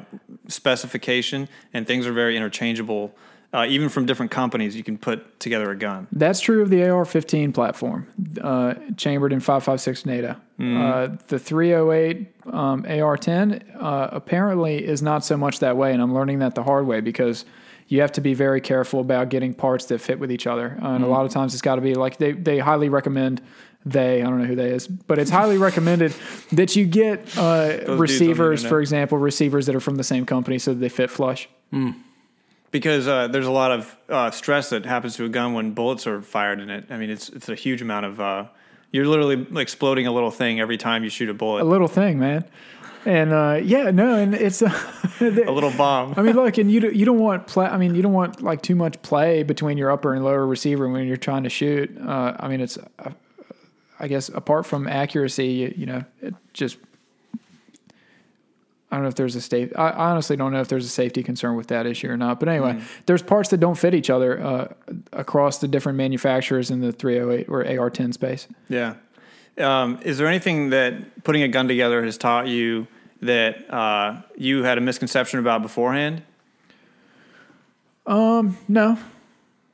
Speaker 1: specification, and things are very interchangeable. Uh, even from different companies, you can put together a gun.
Speaker 4: That's true of the AR-15 platform, uh, chambered in 5.56 NATO.
Speaker 1: Mm-hmm.
Speaker 4: Uh, the 308 um, AR-10 uh, apparently is not so much that way, and I'm learning that the hard way because you have to be very careful about getting parts that fit with each other. Uh, and
Speaker 1: Mm-hmm.
Speaker 4: a lot of times it's got to be like they, they highly recommend they, I don't know who they is, but it's highly recommended that you get uh,
Speaker 1: on the
Speaker 4: receivers, for
Speaker 1: internet.
Speaker 4: example, receivers that are from the same company so that they fit flush.
Speaker 1: because uh, there's a lot of uh, stress that happens to a gun when bullets are fired in it. I mean, it's it's a huge amount of uh, you're literally exploding a little thing every time you shoot a
Speaker 4: A
Speaker 1: bullet,
Speaker 4: little thing, man. And uh, yeah, no, and it's... uh,
Speaker 1: a little bomb.
Speaker 4: I mean, look, and you do, you don't want play. I mean, you don't want like too much play between your upper and lower receiver when you're trying to shoot. Uh, I mean, it's uh, I guess apart from accuracy, you, you know, it just I don't know if there's a safe. I I honestly don't know if there's a safety concern with that issue or not. But anyway, there's parts that don't fit each other uh, across the different manufacturers in the 308 or AR10 space.
Speaker 1: Yeah. Um, is there anything that putting a gun together has taught you that uh, you had a misconception about beforehand?
Speaker 4: No,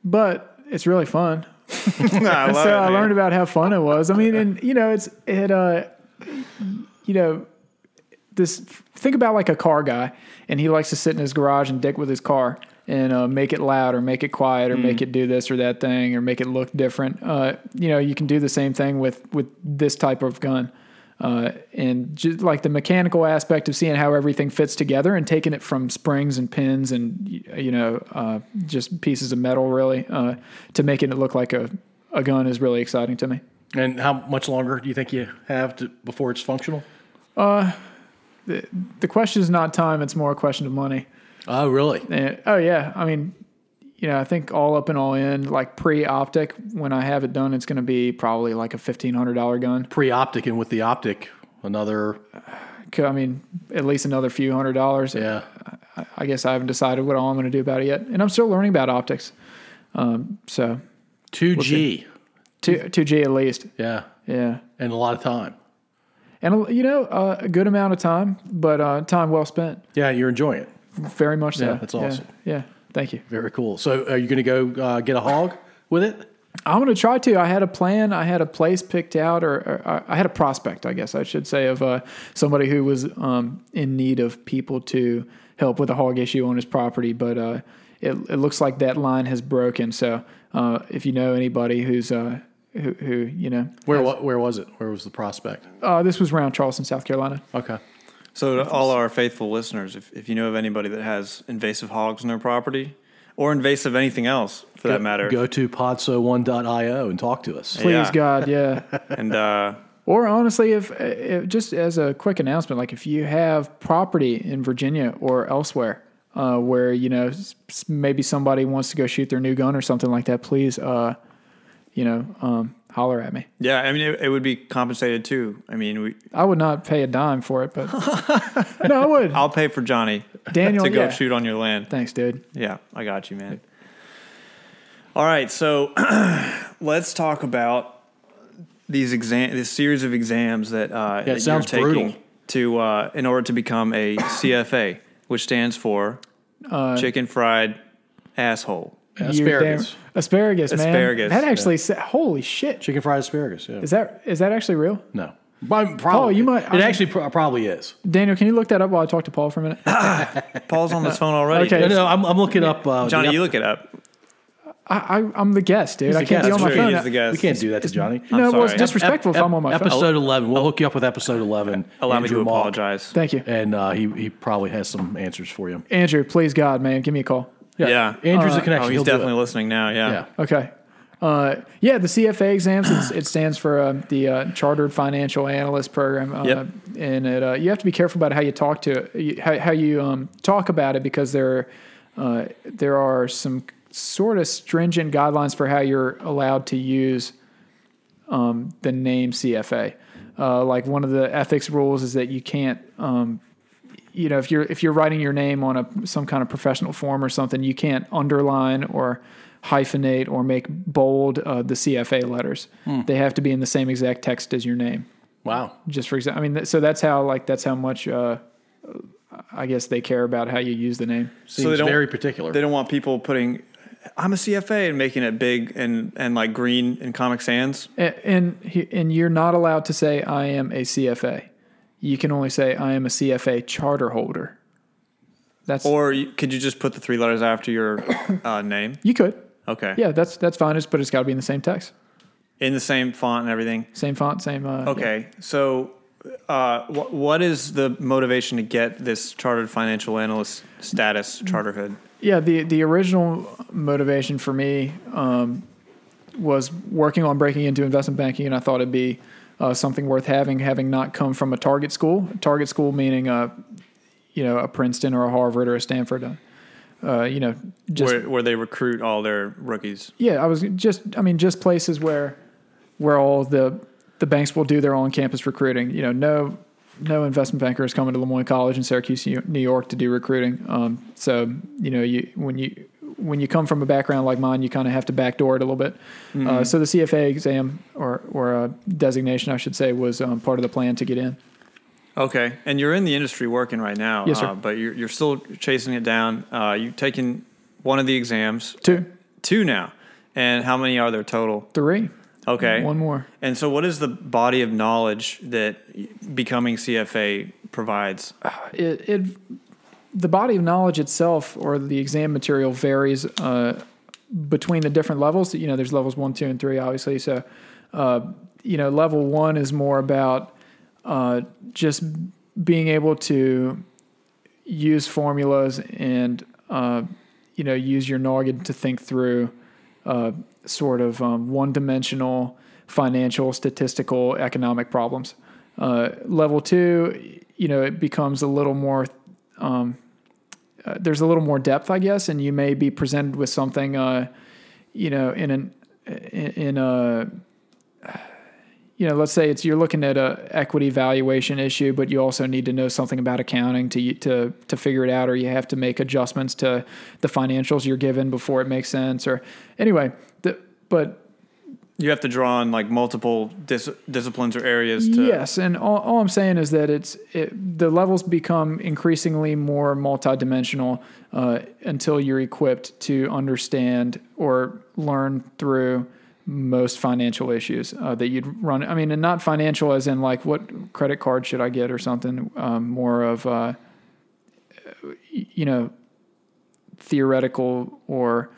Speaker 4: but it's really fun.
Speaker 1: I love
Speaker 4: so
Speaker 1: it,
Speaker 4: I
Speaker 1: man.
Speaker 4: learned about how fun it was. I mean, and you know, it's it uh, you know, this think about like a car guy, and he likes to sit in his garage and dick with his car and uh, make it loud or make it quiet or
Speaker 1: Mm.
Speaker 4: make it do this or that thing or make it look different. Uh, you know, you can do the same thing with with this type of gun. Uh, and just like the mechanical aspect of seeing how everything fits together and taking it from springs and pins and y- you know uh, just pieces of metal really uh, to making it look like a, a gun is really exciting to me.
Speaker 2: And how much longer do you think you have to, before it's functional?
Speaker 4: The question is not time; it's more a question of money.
Speaker 2: Oh, really?
Speaker 4: And, oh yeah, I mean, you know, I think all up and all in, like pre optic, when I have it done, it's going to be probably like a fifteen hundred dollar gun.
Speaker 2: Pre optic and with the optic, another
Speaker 4: Co- I mean, at least another few hundred dollars.
Speaker 2: yeah.
Speaker 4: I guess I haven't decided what all I'm going to do about it yet, and I'm still learning about optics. Um, so
Speaker 2: Two G.
Speaker 4: two two G at least,
Speaker 2: yeah.
Speaker 4: yeah,
Speaker 2: And a lot of time.
Speaker 4: and you know, uh, a good amount of time, but uh, time well spent,
Speaker 2: Yeah, you're enjoying it.
Speaker 4: very much so.
Speaker 2: Yeah, that's awesome.
Speaker 4: Yeah, yeah. thank you.
Speaker 2: Very cool. So are you going to go uh, get a hog with it?
Speaker 4: I'm going to try to. I had a plan. I had a place picked out, or, or I- I had a prospect, I guess I should say, of uh, somebody who was um, in need of people to help with a hog issue on his property. But uh, it, it looks like that line has broken. So uh, if you know anybody who's uh, who, who, you know,
Speaker 2: Where wa- where was it? Where was the prospect?
Speaker 4: uh, this was around Charleston, South Carolina.
Speaker 2: Okay.
Speaker 1: So, to all our faithful listeners, if, if you know of anybody that has invasive hogs on their property or invasive anything else for that matter,
Speaker 2: Go to podso1.io and talk to us.
Speaker 4: Please,
Speaker 1: Yeah.
Speaker 4: God, yeah.
Speaker 1: and uh,
Speaker 4: Or honestly, if, if just as a quick announcement, like if you have property in Virginia or elsewhere uh, where you know s- s- maybe somebody wants to go shoot their new gun or something like that, please, uh, you know, um, holler at me.
Speaker 1: yeah, I mean, it, it would be compensated too. I mean, we,
Speaker 4: I would not pay a dime for it, but no, I would.
Speaker 1: I'll pay for Johnny
Speaker 4: Daniel,
Speaker 1: to go
Speaker 4: yeah.
Speaker 1: shoot on your land.
Speaker 4: Thanks, dude.
Speaker 1: Yeah, I got you, man. All right, so let's talk about these exam, this series of exams that, uh, that
Speaker 2: sounds
Speaker 1: you're taking
Speaker 2: brutal.
Speaker 1: to uh, in order to become a CFA, which stands for
Speaker 2: Uh,
Speaker 1: Chicken Fried Asshole.
Speaker 4: You damn-
Speaker 2: Asparagus.
Speaker 4: asparagus, man.
Speaker 1: Asparagus,
Speaker 4: That actually, sa- holy shit,
Speaker 2: Chicken fried asparagus. Yeah.
Speaker 4: is that is that actually real?
Speaker 2: No. But probably.
Speaker 4: you might-
Speaker 2: It
Speaker 4: I'm-
Speaker 2: actually pro- probably is.
Speaker 4: Daniel, can you look that up while I talk to Paul for a minute?
Speaker 1: Paul's on this phone already.
Speaker 4: Okay.
Speaker 2: No,
Speaker 1: dude.
Speaker 2: no, no, I'm, I'm looking up. Uh,
Speaker 1: Johnny,
Speaker 2: the-
Speaker 1: you look it up.
Speaker 4: I, I I'm the guest, dude. I
Speaker 2: the
Speaker 4: can't
Speaker 2: guest.
Speaker 4: be on
Speaker 2: That's
Speaker 4: my
Speaker 1: Sure,
Speaker 4: phone.
Speaker 1: he's the guest.
Speaker 2: we can't do that to Johnny.
Speaker 1: I'm
Speaker 4: No, well, it's
Speaker 1: sorry.
Speaker 4: disrespectful if I'm on my phone.
Speaker 2: episode 11. We'll hook you up with episode 11.
Speaker 1: Allow me
Speaker 2: Andrew
Speaker 1: to
Speaker 2: Malk.
Speaker 1: apologize.
Speaker 4: Oh, Thank you.
Speaker 2: And uh, he, he probably has some answers for you.
Speaker 4: Andrew, please God, man, give me a call.
Speaker 1: Yeah.
Speaker 2: Andrew's a connection.
Speaker 1: Oh, he's
Speaker 2: He'll do it.
Speaker 1: definitely listening now. Yeah.
Speaker 2: Yeah.
Speaker 4: Okay. Uh, yeah, the CFA exams. It's, it stands for uh, the uh, Chartered Financial Analyst Program, uh,
Speaker 1: Yep.
Speaker 4: and it, uh, you have to be careful about how you talk to you- how, how you um, talk about it because there uh, there are some sort of stringent guidelines for how you're allowed to use um, the name CFA. Uh, like one of the ethics rules is that you can't you know if you're if you're writing your name on a some kind of professional form or something you can't underline or hyphenate or make bold uh, the cfa letters they have to be in the same exact text as your name
Speaker 2: Wow.
Speaker 4: just for example i mean th- so that's how like that's how much uh, i guess they care about how you use the name
Speaker 2: Seems
Speaker 1: they don't-
Speaker 2: very particular.
Speaker 1: They don't want people putting, I'm a CFA and making it big and, and like green in Comic Sans.
Speaker 4: and and, he- and you're not allowed to say i am a cfa you can only say i am a cfa charter holder that's or
Speaker 1: Or you, could you just put the three letters after your uh, name?
Speaker 4: you could
Speaker 1: Okay.
Speaker 4: yeah that's that's fine it's, but it's got to be in the same text
Speaker 1: In the same font and everything.
Speaker 4: same font same uh, yeah.
Speaker 1: Okay. So, uh, wh- what is the motivation to get this chartered financial analyst status, charterhood?
Speaker 4: Yeah, the the original motivation for me um, was working on breaking into investment banking, and I thought it'd be uh, something worth having, having not come from a target school. Target school meaning a, you know, a Princeton or a Harvard or a Stanford. uh, Uh, you know, just
Speaker 1: Where, where they recruit all their rookies?
Speaker 4: yeah, I was just I mean just places where where all the the banks will do their on campus recruiting. You know, no no investment banker is coming to Lemoyne College in Syracuse, New York to do recruiting. Um, so you know you when you when you come from a background like mine, you kind of have to backdoor it a little bit. Uh, so the CFA exam or or uh, designation, I should say, was um, part of the plan to get in.
Speaker 1: Okay. And you're in the industry working right now.
Speaker 4: Yes, sir.
Speaker 1: Uh, but you're, you're still chasing it down. Uh, you've taken one of the exams,
Speaker 4: Two,
Speaker 1: two now. And how many are there total?
Speaker 4: three,
Speaker 1: Okay.
Speaker 4: one more.
Speaker 1: And so, what is the body of knowledge that becoming CFA provides?
Speaker 4: it, it the body of knowledge itself or the exam material varies uh, between the different levels. You know, there's levels one, two, and three, obviously. So, uh, you know, level one is more about uh, just being able to use formulas and uh, you know use your noggin to think through uh, sort of um, one-dimensional financial, statistical, economic problems. Uh, level two, you know, it becomes a little more uh, there's a little more depth, I guess, and you may be presented with something, uh, you know, in an in, in a you know, let's say it's you're looking at a equity valuation issue, but you also need to know something about accounting to to to figure it out, or you have to make adjustments to the financials you're given before it makes sense, or anyway, the, but
Speaker 1: You have to draw on like multiple dis- disciplines or areas to.
Speaker 4: Yes, and all, all I'm saying is that it's it, the levels become increasingly more multidimensional uh, until you're equipped to understand or learn through most financial issues uh, that you'd run. I mean, and not financial as in like what credit card should I get or something. Um, more of uh, you know theoretical or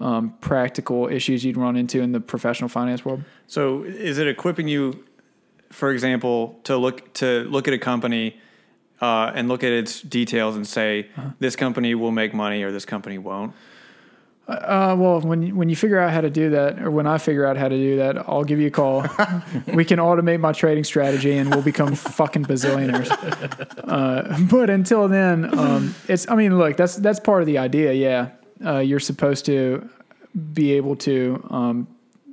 Speaker 4: um, practical issues you'd run into in the professional finance world.
Speaker 1: So is it equipping you, for example, to look to look at a company uh, and look at its details and say this company will make money or this company won't?
Speaker 4: Uh, well, when when you figure out how to do that, or when I figure out how to do that, I'll give you a call. we can automate my trading strategy, and we'll become fucking bazillionaires. Uh, but until then, um, it's. I mean, look, that's that's part of the idea. Yeah, uh, you're supposed to be able to, um,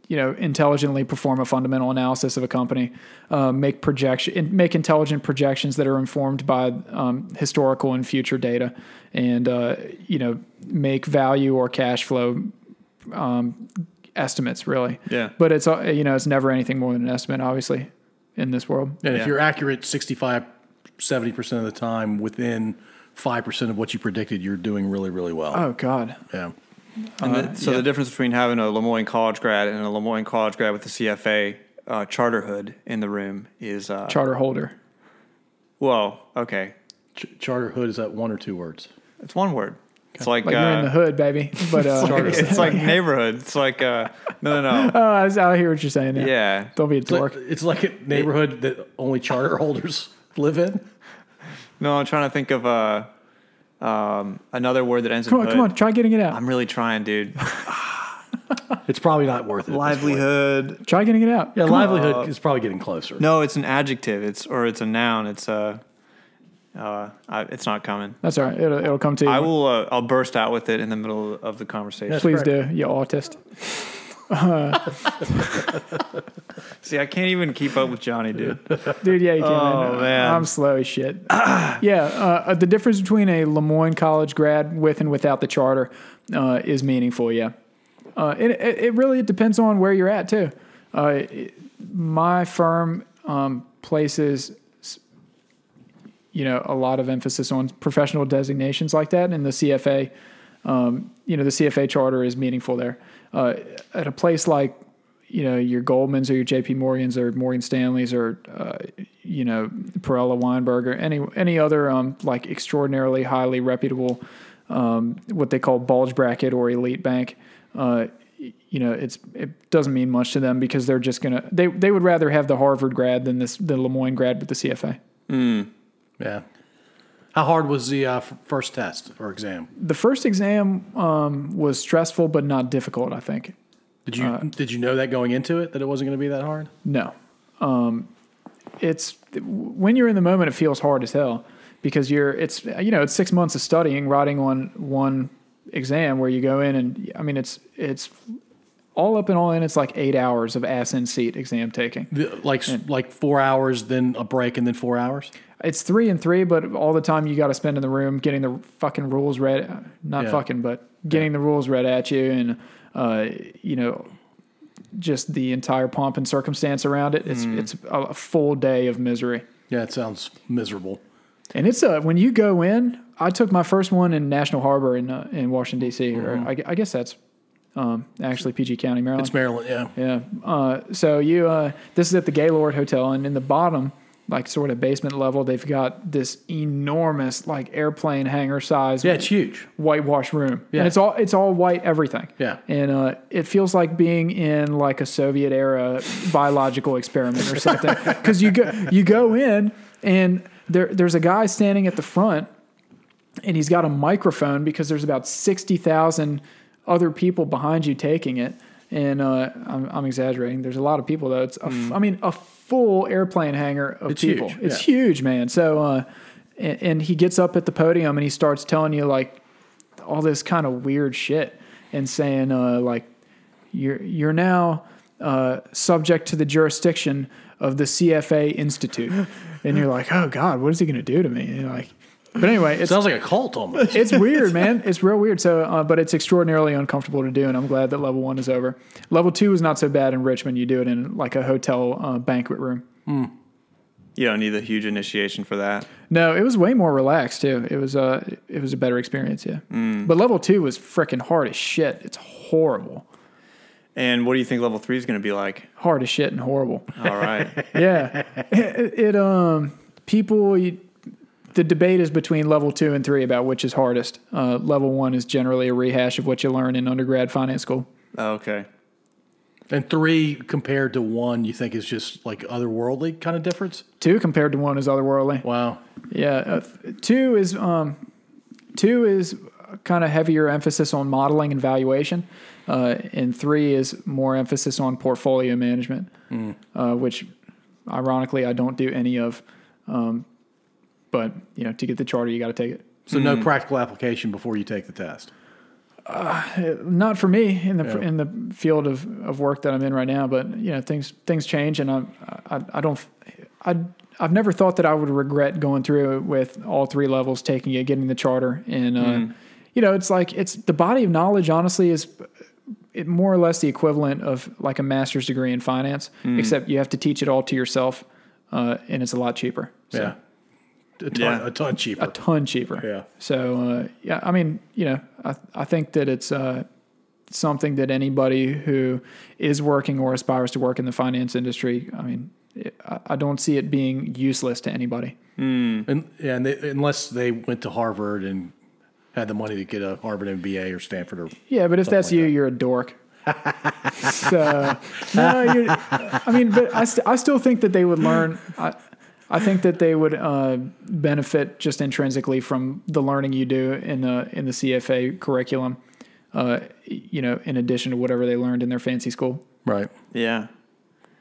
Speaker 4: you know, intelligently perform a fundamental analysis of a company, uh, make projection, make intelligent projections that are informed by um, historical and future data, and uh, you know, make value or cash flow um, estimates really.
Speaker 1: Yeah.
Speaker 4: But it's uh, you know it's never anything more than an estimate, obviously, in this world.
Speaker 2: And
Speaker 1: Yeah.
Speaker 2: if you're accurate 65, 70% of the time within 5% of what you predicted, you're doing really, really well.
Speaker 4: Oh God.
Speaker 2: yeah.
Speaker 1: And the, so the difference between having a Lemoyne college grad and a Lemoyne college grad with a CFA uh, charter hood in the room is uh,
Speaker 4: Charter holder.
Speaker 1: well, okay,
Speaker 2: Ch- charter hood is that one or two words?
Speaker 1: it's one word. It's like,
Speaker 4: Like
Speaker 1: uh,
Speaker 4: you're in the hood, baby. But uh,
Speaker 1: it's like neighborhood. It's like uh, no, no,
Speaker 4: oh,
Speaker 1: no.
Speaker 4: I, was- I hear what you're saying. now.
Speaker 1: Yeah,
Speaker 4: Don't be a
Speaker 2: It's like,
Speaker 4: dork.
Speaker 2: it's like a neighborhood that only charter holders live in.
Speaker 1: no. I'm trying to think of uh, um, another word that ends
Speaker 4: Come on,
Speaker 1: in hood.
Speaker 4: come on, try getting it out.
Speaker 1: I'm really trying, dude.
Speaker 2: It's probably not worth it. at this point.
Speaker 3: Livelihood.
Speaker 4: try getting it out.
Speaker 2: Yeah,
Speaker 4: Come on.
Speaker 2: livelihood is probably getting closer.
Speaker 1: No, it's an adjective. It's or it's a noun. It's a. Uh, I, it's not coming.
Speaker 4: That's all right. It'll, it'll come to you.
Speaker 1: I will. Uh, I'll burst out with it in the middle of the conversation.
Speaker 4: Please do, you autist.
Speaker 1: See, I can't even keep up with Johnny, dude.
Speaker 4: Dude, yeah, you can.
Speaker 1: Oh, man.
Speaker 4: I'm slow as shit. yeah, uh, uh, the difference between a Lemoyne college grad with and without the charter uh, is meaningful, yeah. Uh, it, it, it really depends on where you're at, too. Uh, it- my firm um, places you know a lot of emphasis on professional designations like that and the cfa um, you know the cfa charter is meaningful there uh, at a place like you know your goldmans or your jp morgans or morgan stanley's or uh, you know perella weinberg or any any other um, like extraordinarily highly reputable um, what they call bulge bracket or elite bank uh, you know, it's it doesn't mean much to them because they're just gonna they they would rather have the Harvard grad than this the Lemoyne grad with the CFA.
Speaker 2: Yeah. How hard was the uh, f- first test or exam?
Speaker 4: The first exam um, was stressful but not difficult. I think
Speaker 2: Did you did you know that going into it that it wasn't going to be that hard?
Speaker 4: no, um, it's when you're in the moment, it feels hard as hell because you're it's you know it's six months of studying, writing on one exam where you go in and I mean it's it's all up and all in it's like eight hours of ass in seat exam taking.
Speaker 2: The- Like s like four hours, then a break, and then four hours.
Speaker 4: It's three and three, but all the time you got to spend in the room getting the fucking rules read, not
Speaker 2: Yeah.
Speaker 4: fucking, but getting the rules read at you, and uh, you know, just the entire pomp and circumstance around it.
Speaker 2: Mm.
Speaker 4: It's it's a, a full day of misery,
Speaker 2: Yeah, it sounds miserable.
Speaker 4: and it's a when you go in. I took my first one in National Harbor in uh, in Washington D.C. Or I, gu- I guess that's um, actually PG County, Maryland.
Speaker 2: Mm-hmm. It's Maryland. Yeah.
Speaker 4: Yeah. Uh, so you, uh, this is at the Gaylord Hotel, and in the bottom, like sort of basement level, they've got this enormous, like airplane hangar size,
Speaker 2: Yeah, it's huge.
Speaker 4: whitewash room.
Speaker 2: Yeah.
Speaker 4: And it's all it's all white everything.
Speaker 2: Yeah.
Speaker 4: And uh, it feels like being in like a Soviet era biological experiment or something. Because you go you go in and there there's a guy standing at the front and he's got a microphone because there's about 60,000 other people behind you taking it. And uh, I'm, I'm exaggerating. There's a lot of people, though. It's, a f I mean, a full airplane hangar of
Speaker 2: Mm. It's
Speaker 4: people.
Speaker 2: huge,
Speaker 4: It's
Speaker 2: yeah.
Speaker 4: huge, man. So uh, and, and he gets up at the podium and he starts telling you like all this kind of weird shit and saying uh, like you're you're now uh, subject to the jurisdiction of the CFA Institute, and you're like, oh god, what is he going to do to me? And you're like, but anyway, it's
Speaker 2: Sounds like a cult almost.
Speaker 4: it's weird, man. It's real weird. So, uh, but it's extraordinarily uncomfortable to do, and I'm glad that level one is over. Level two is not so bad in Richmond. You do it in like a hotel uh, banquet room.
Speaker 1: You don't need the huge initiation for that.
Speaker 4: No, it was way more relaxed too. It was uh, it was a better experience, yeah. But level two was freaking hard as shit. It's horrible,
Speaker 1: And what do you think level three is going to be like?
Speaker 4: hard as shit, and horrible.
Speaker 1: All right.
Speaker 4: yeah, it, it um people. You, the debate is between level two and three about which is hardest. Uh, level one is generally a rehash of what you learn in undergrad finance school.
Speaker 1: Oh, okay.
Speaker 2: And three compared to one, you think is just like otherworldly kind of difference?
Speaker 4: Two compared to one is otherworldly.
Speaker 2: Wow.
Speaker 4: Yeah, uh, th- two is um, two is kind of heavier emphasis on modeling and valuation, uh, and three is more emphasis on portfolio management, uh, which ironically I don't do any of. Um, but you know, to get the charter, you got to take it.
Speaker 2: So no practical application before you take the test.
Speaker 4: Not for me in the
Speaker 2: Yeah.
Speaker 4: in the field of, of work that I'm in right now, but you know things things change, and I'm, I I don't I I've never thought that I would regret going through it with all three levels, taking it, getting the charter, and uh, you know it's like it's the body of knowledge. Honestly, is it more or less the equivalent of like a master's degree in finance, except you have to teach it all to yourself, uh, and it's a lot cheaper. So,
Speaker 2: yeah. A ton,
Speaker 1: Yeah.
Speaker 2: a ton cheaper.
Speaker 4: a ton cheaper.
Speaker 2: Yeah.
Speaker 4: So uh, yeah, I mean, you know, I I think that it's uh, something that anybody who is working or aspires to work in the finance industry, I mean, it, I, I don't see it being useless to anybody.
Speaker 2: And yeah, and they, unless they went to Harvard and had the money to get a Harvard MBA or Stanford or
Speaker 4: Yeah, but if that's
Speaker 2: like
Speaker 4: you,
Speaker 2: that.
Speaker 4: you're a dork. so no, you're, I mean, but I, st- I still think that they would learn. I, I think that they would uh, benefit just intrinsically from the learning you do in the in the CFA curriculum. Uh, you know, in addition to whatever they learned in their fancy school.
Speaker 2: right
Speaker 1: Yeah.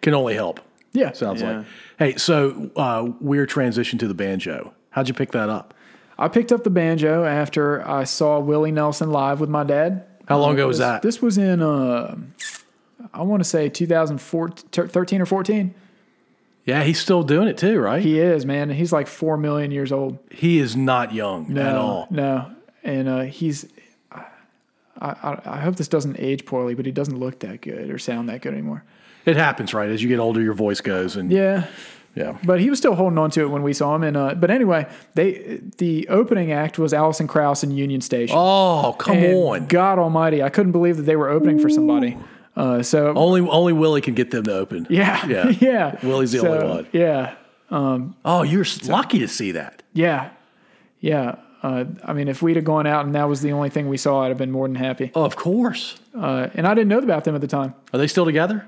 Speaker 2: can only help.
Speaker 4: Yeah,
Speaker 2: Sounds
Speaker 1: Yeah.
Speaker 2: like. Hey, so uh, weird transition to the banjo. How'd you pick that up?
Speaker 4: I picked up the banjo after I saw Willie Nelson live with my dad.
Speaker 2: How long ago was
Speaker 4: This-
Speaker 2: that?
Speaker 4: This was in uh, I want to say 2014, 13 or 14.
Speaker 2: Yeah, he's still doing it too, right? He,
Speaker 4: He is, man. He's like 4 million years old.
Speaker 2: is not young
Speaker 4: No,
Speaker 2: at all.
Speaker 4: No. And uh, he's, I, I, I hope this doesn't age poorly, but he doesn't look that good or sound that good anymore.
Speaker 2: It happens, right? As you get older, your voice goes, and yeah,
Speaker 4: Yeah. But he was still holding on to it when we saw him. And uh, But anyway, they the opening act was Allison Krauss in Union Station.
Speaker 2: Oh, come
Speaker 4: And
Speaker 2: on!
Speaker 4: God Almighty, I couldn't believe that they were opening for somebody. Uh, so
Speaker 2: only only Willie can get them to open.
Speaker 4: yeah,
Speaker 2: Oh, yeah.
Speaker 4: yeah.
Speaker 2: Willie's the
Speaker 4: So,
Speaker 2: only one.
Speaker 4: Yeah,
Speaker 2: Oh, you're s lucky to see that.
Speaker 4: yeah, yeah. Uh, I mean, if we'd have gone out and that was the only thing we saw, I'd have been more than happy.
Speaker 2: Oh, Of course.
Speaker 4: Uh, and I didn't know about them at the time.
Speaker 2: Are they still together?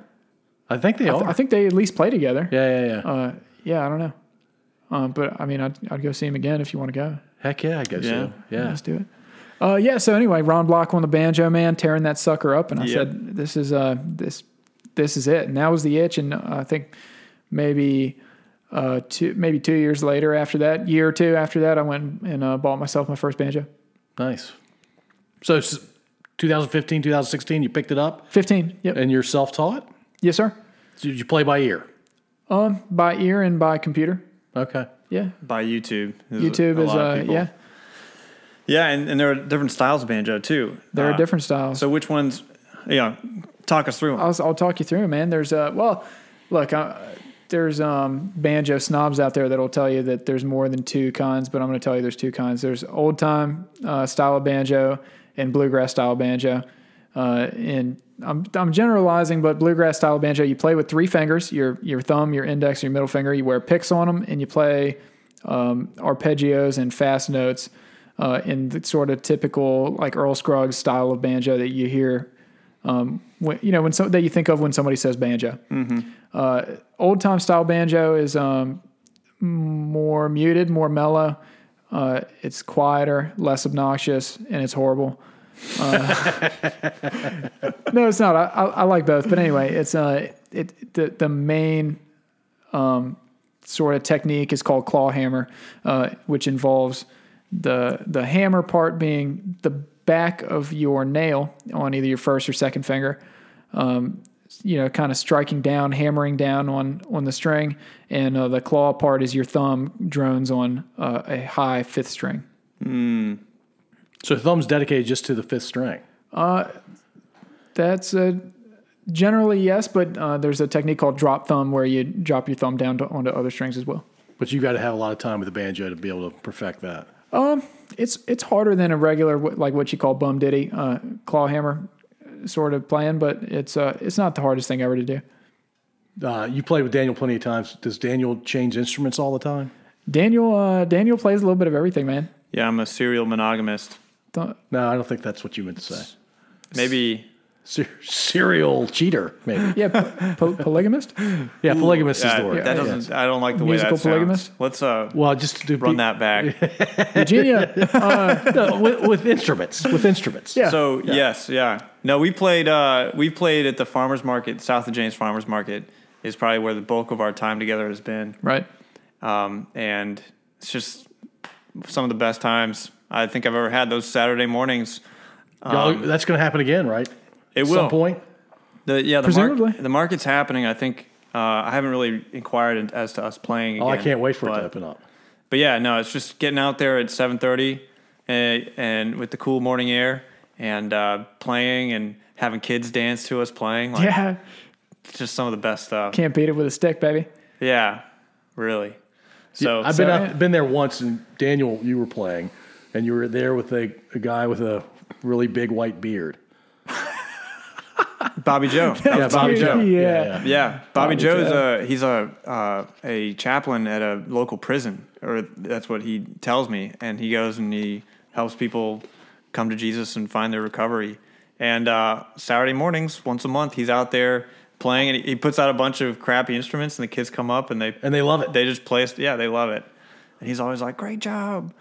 Speaker 2: I think they
Speaker 1: Oh.
Speaker 2: are.
Speaker 4: I think they at least play together.
Speaker 2: yeah, yeah, yeah.
Speaker 4: Uh, yeah, I don't know. Um, but I mean, I'd, I'd go see him again if you want to go.
Speaker 2: Heck yeah, I guess
Speaker 1: Yeah.
Speaker 2: so. Yeah.
Speaker 4: Let's do it. Uh, yeah. So anyway, Ron Block on the banjo, man, tearing that sucker up, and I
Speaker 1: Yep.
Speaker 4: said, "This is uh, this, this is it." And that was the itch. And uh, I think maybe uh, two, maybe two years later, after that, year or two after that, I went and uh, bought myself my first banjo.
Speaker 2: Nice. So s- 2015, 2016, you picked it up
Speaker 4: Fifteen. Yep.
Speaker 2: and you're self taught?
Speaker 4: yes, sir.
Speaker 2: Did you play by ear?
Speaker 4: Um, by ear and by computer.
Speaker 2: Okay.
Speaker 4: Yeah.
Speaker 1: By YouTube. is
Speaker 4: YouTube
Speaker 1: a
Speaker 4: is
Speaker 1: lot of
Speaker 4: uh,
Speaker 1: people.
Speaker 4: yeah.
Speaker 1: Yeah, and, and there are different styles of banjo too.
Speaker 4: There
Speaker 1: Uh,
Speaker 4: are different styles.
Speaker 1: So which ones? Yeah, talk us
Speaker 2: Uh,
Speaker 1: through them.
Speaker 4: I'll, I'll talk you through, 'em, man. There's uh, well, look, uh, there's um, banjo snobs out there that'll tell you that there's more than two kinds, but I'm going to tell you there's two kinds. There's old time uh, style of banjo and bluegrass style banjo. Uh, and I'm, I'm generalizing, but bluegrass style banjo, you play with three fingers, your your thumb, your index, your middle finger. You wear picks on them, and you play um, arpeggios and fast notes uh, in the sort of typical like Earl Scruggs style of banjo that you hear when, you know when so, that you think of when somebody says banjo. Uh, old time style banjo is um, more muted, more mellow. Uh, it's quieter, less obnoxious, and it's horrible. Uh, no, it's not. I, I, I like both, but anyway, it's uh, it the the main um, sort of technique is called claw hammer, uh, which involves the the hammer part being the back of your nail on either your first or second finger. Um, you know, kind of striking down, hammering down on on the string, and uh, the claw part is your thumb drones on uh, a high fifth string.
Speaker 2: So thumb's dedicated just to the fifth string.
Speaker 4: That's a generally yes, but uh, there's a technique called drop thumb where you drop your thumb down to, onto other strings as well.
Speaker 2: But you got to have a lot of time with the banjo to be able to perfect that.
Speaker 4: It's it's harder than a regular wh- like what you call bum ditty uh, claw hammer sort of playing, but it's uh, it's not the hardest thing ever to do.
Speaker 2: Uh, you played with Daniel plenty of times. Does Daniel change instruments all the time?
Speaker 4: Daniel uh, Daniel plays a little bit of everything, man.
Speaker 1: Yeah, I'm a serial monogamist.
Speaker 4: Don't-
Speaker 2: No, I don't think that's what you meant to say.
Speaker 1: Maybe
Speaker 2: Ser- serial cheater, maybe.
Speaker 4: yeah, po- po- polygamist.
Speaker 2: Yeah, polygamist is
Speaker 1: uh,
Speaker 2: the word.
Speaker 1: that doesn't. I don't like the way
Speaker 4: Musical
Speaker 1: that sounds.
Speaker 4: polygamist?
Speaker 1: Let's uh,
Speaker 2: Well, just to
Speaker 1: run
Speaker 2: be-
Speaker 1: that back.
Speaker 4: Virginia,
Speaker 2: no, with, with instruments. With instruments.
Speaker 4: Yeah.
Speaker 1: So yes, yeah. No, we played. Uh, we played at the farmers market south of James Farmers Market is probably where the bulk of our time together has been,
Speaker 4: right?
Speaker 1: um, and it's just some of the best times I think I've ever had. Those Saturday mornings,
Speaker 2: Y'all- that's going to happen again, right?
Speaker 1: it
Speaker 2: At
Speaker 1: will.
Speaker 2: some point.
Speaker 1: The, yeah, the
Speaker 4: Presumably.
Speaker 1: the market's happening. I think uh, I haven't really inquired in- as to us playing.
Speaker 2: Oh, I
Speaker 1: again,
Speaker 2: can't wait for it
Speaker 1: but-
Speaker 2: to open up.
Speaker 1: But yeah, no, it's just getting out there at 7:30 and, and with the cool morning air and uh, playing and having kids dance to us playing. Like,
Speaker 4: Yeah,
Speaker 1: it's just some of the best stuff.
Speaker 4: can't beat it with a stick, baby.
Speaker 1: Yeah, really. So
Speaker 2: I've been
Speaker 4: so-
Speaker 2: out, been there once, and Daniel, you were playing, and you were there with a, a guy with a really big white beard.
Speaker 1: Bobby Joe. yeah, Bobby
Speaker 4: cute.
Speaker 1: Joe.
Speaker 4: Yeah.
Speaker 1: Yeah, Bobby,
Speaker 4: Bobby
Speaker 1: Joe is a he's a uh, a chaplain at a local prison, or that's what he tells me. And he goes and he helps people come to Jesus and find their recovery. And uh, Saturday mornings, once a month, he's out there playing, and he- he puts out a bunch of crappy instruments, and the kids come up and they
Speaker 2: And they love it.
Speaker 1: They just play. us- Yeah, they love it. And he's always like, "Great job!"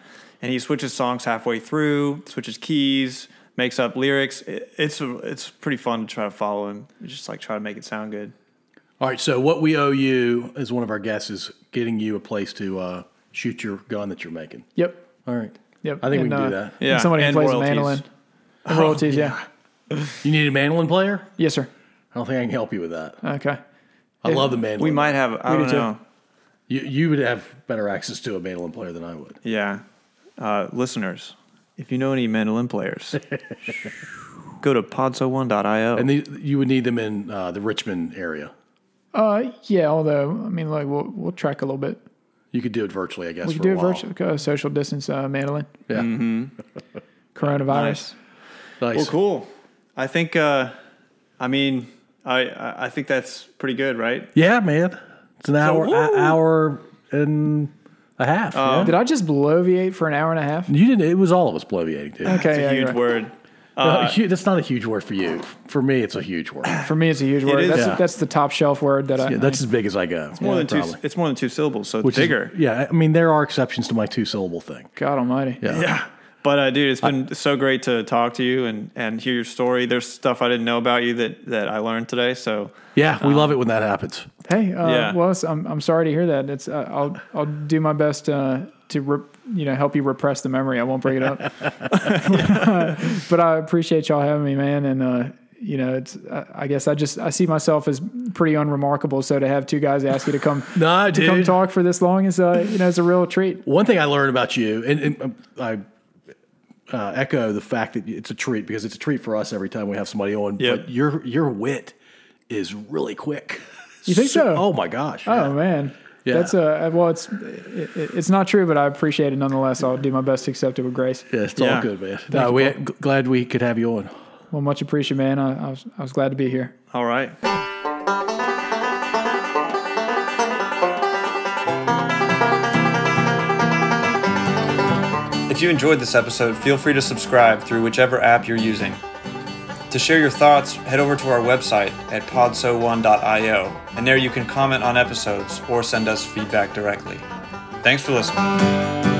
Speaker 1: And he switches songs halfway through, switches keys, makes up lyrics. It, it's a, it's pretty fun to try to follow him. Just like try to make it sound good.
Speaker 2: All right, so what we owe you as one of our guests is getting you a place to uh, shoot your gun that you're making.
Speaker 4: Yep,
Speaker 2: All right.
Speaker 4: yep.
Speaker 2: I think we
Speaker 4: And,
Speaker 2: can do
Speaker 4: uh,
Speaker 2: that. Oh,
Speaker 1: Yeah,
Speaker 4: and somebody
Speaker 1: and
Speaker 4: who plays
Speaker 1: royalties.
Speaker 4: a mandolin. And royalties, yeah.
Speaker 2: You need a mandolin player?
Speaker 4: Yes, sir.
Speaker 2: I don't think I can help you with that.
Speaker 4: Okay.
Speaker 2: I love the mandolin.
Speaker 1: We might have. I
Speaker 4: We do
Speaker 1: don't
Speaker 4: too.
Speaker 1: know.
Speaker 2: You, you would have better access to a mandolin player than I would.
Speaker 1: Yeah, uh, listeners, if you know any mandolin players, go to podso1.io.
Speaker 2: And the, you would need them in uh, the Richmond area.
Speaker 4: Uh, yeah. Although, I mean, like, we'll we'll track a little bit.
Speaker 2: You could do it virtually, I guess.
Speaker 4: We
Speaker 2: for
Speaker 4: could
Speaker 2: a
Speaker 4: do a
Speaker 2: while.
Speaker 4: virtual uh, social distance uh, mandolin.
Speaker 2: Yeah.
Speaker 1: Mm-hmm.
Speaker 4: Coronavirus.
Speaker 1: Nice.
Speaker 2: Nice.
Speaker 1: well, cool. I think. Uh, I mean, I- I I think that's pretty good, right?
Speaker 2: Yeah, man. It's an hour,
Speaker 1: woo!
Speaker 2: a, hour and a half. yeah.
Speaker 4: Did I just bloviate for an hour and a half?
Speaker 2: You didn't. It was all of us bloviating, dude.
Speaker 4: Okay.
Speaker 1: It's
Speaker 4: yeah,
Speaker 1: a huge
Speaker 4: you're right.
Speaker 1: word.
Speaker 2: Uh, hu- that's not a huge word for you. For me, it's a huge word. Yeah,
Speaker 4: For me, it's a huge word.
Speaker 1: is.
Speaker 4: That's,
Speaker 2: Yeah.
Speaker 4: that's the top shelf word that I.
Speaker 2: that's as big as I go. It's
Speaker 1: More than two. It's more than two syllables, so it's bigger.
Speaker 2: yeah, I mean there are exceptions to my two syllable thing.
Speaker 4: God Almighty.
Speaker 2: Yeah.
Speaker 1: yeah. But uh, dude, it's been so great to talk to you and, and hear your story. There's stuff I didn't know about you that, that I learned today. So
Speaker 2: Yeah, we love it when that happens.
Speaker 4: Hey, uh,
Speaker 1: Yeah.
Speaker 4: well, it's- I'm I'm sorry to hear that. It's uh, I'll I'll do my best uh, to re- you know help you repress the memory. I won't bring it up. but I appreciate y'all having me, man. And uh, you know, it's I, I guess I just I see myself as pretty unremarkable. So to have two guys ask you to come
Speaker 2: Nah,
Speaker 4: to come
Speaker 2: dude.
Speaker 4: talk for this long is uh, you know it's a real treat.
Speaker 2: One thing I learned about you, and, and um, I uh, echo the fact that it's a treat because it's a treat for us every time we have somebody on.
Speaker 1: Yep.
Speaker 2: But your your wit is really quick.
Speaker 4: You think so?
Speaker 2: Oh my gosh!
Speaker 4: Oh
Speaker 2: yeah.
Speaker 4: man.
Speaker 2: Yeah.
Speaker 4: That's a well. It's it, it- it's not true, but I appreciate it nonetheless. I'll do my best to accept it with grace.
Speaker 2: Yeah, it's
Speaker 1: Yeah.
Speaker 2: all good, man. No, we g- glad we could have you on.
Speaker 4: Well, much appreciated, man. I, I was I was glad to be here.
Speaker 1: all right.
Speaker 3: If you enjoyed this episode, feel free to subscribe through whichever app you're using. To share your thoughts, head over to our website at podso1.io, and there you can comment on episodes or send us feedback directly. Thanks for listening.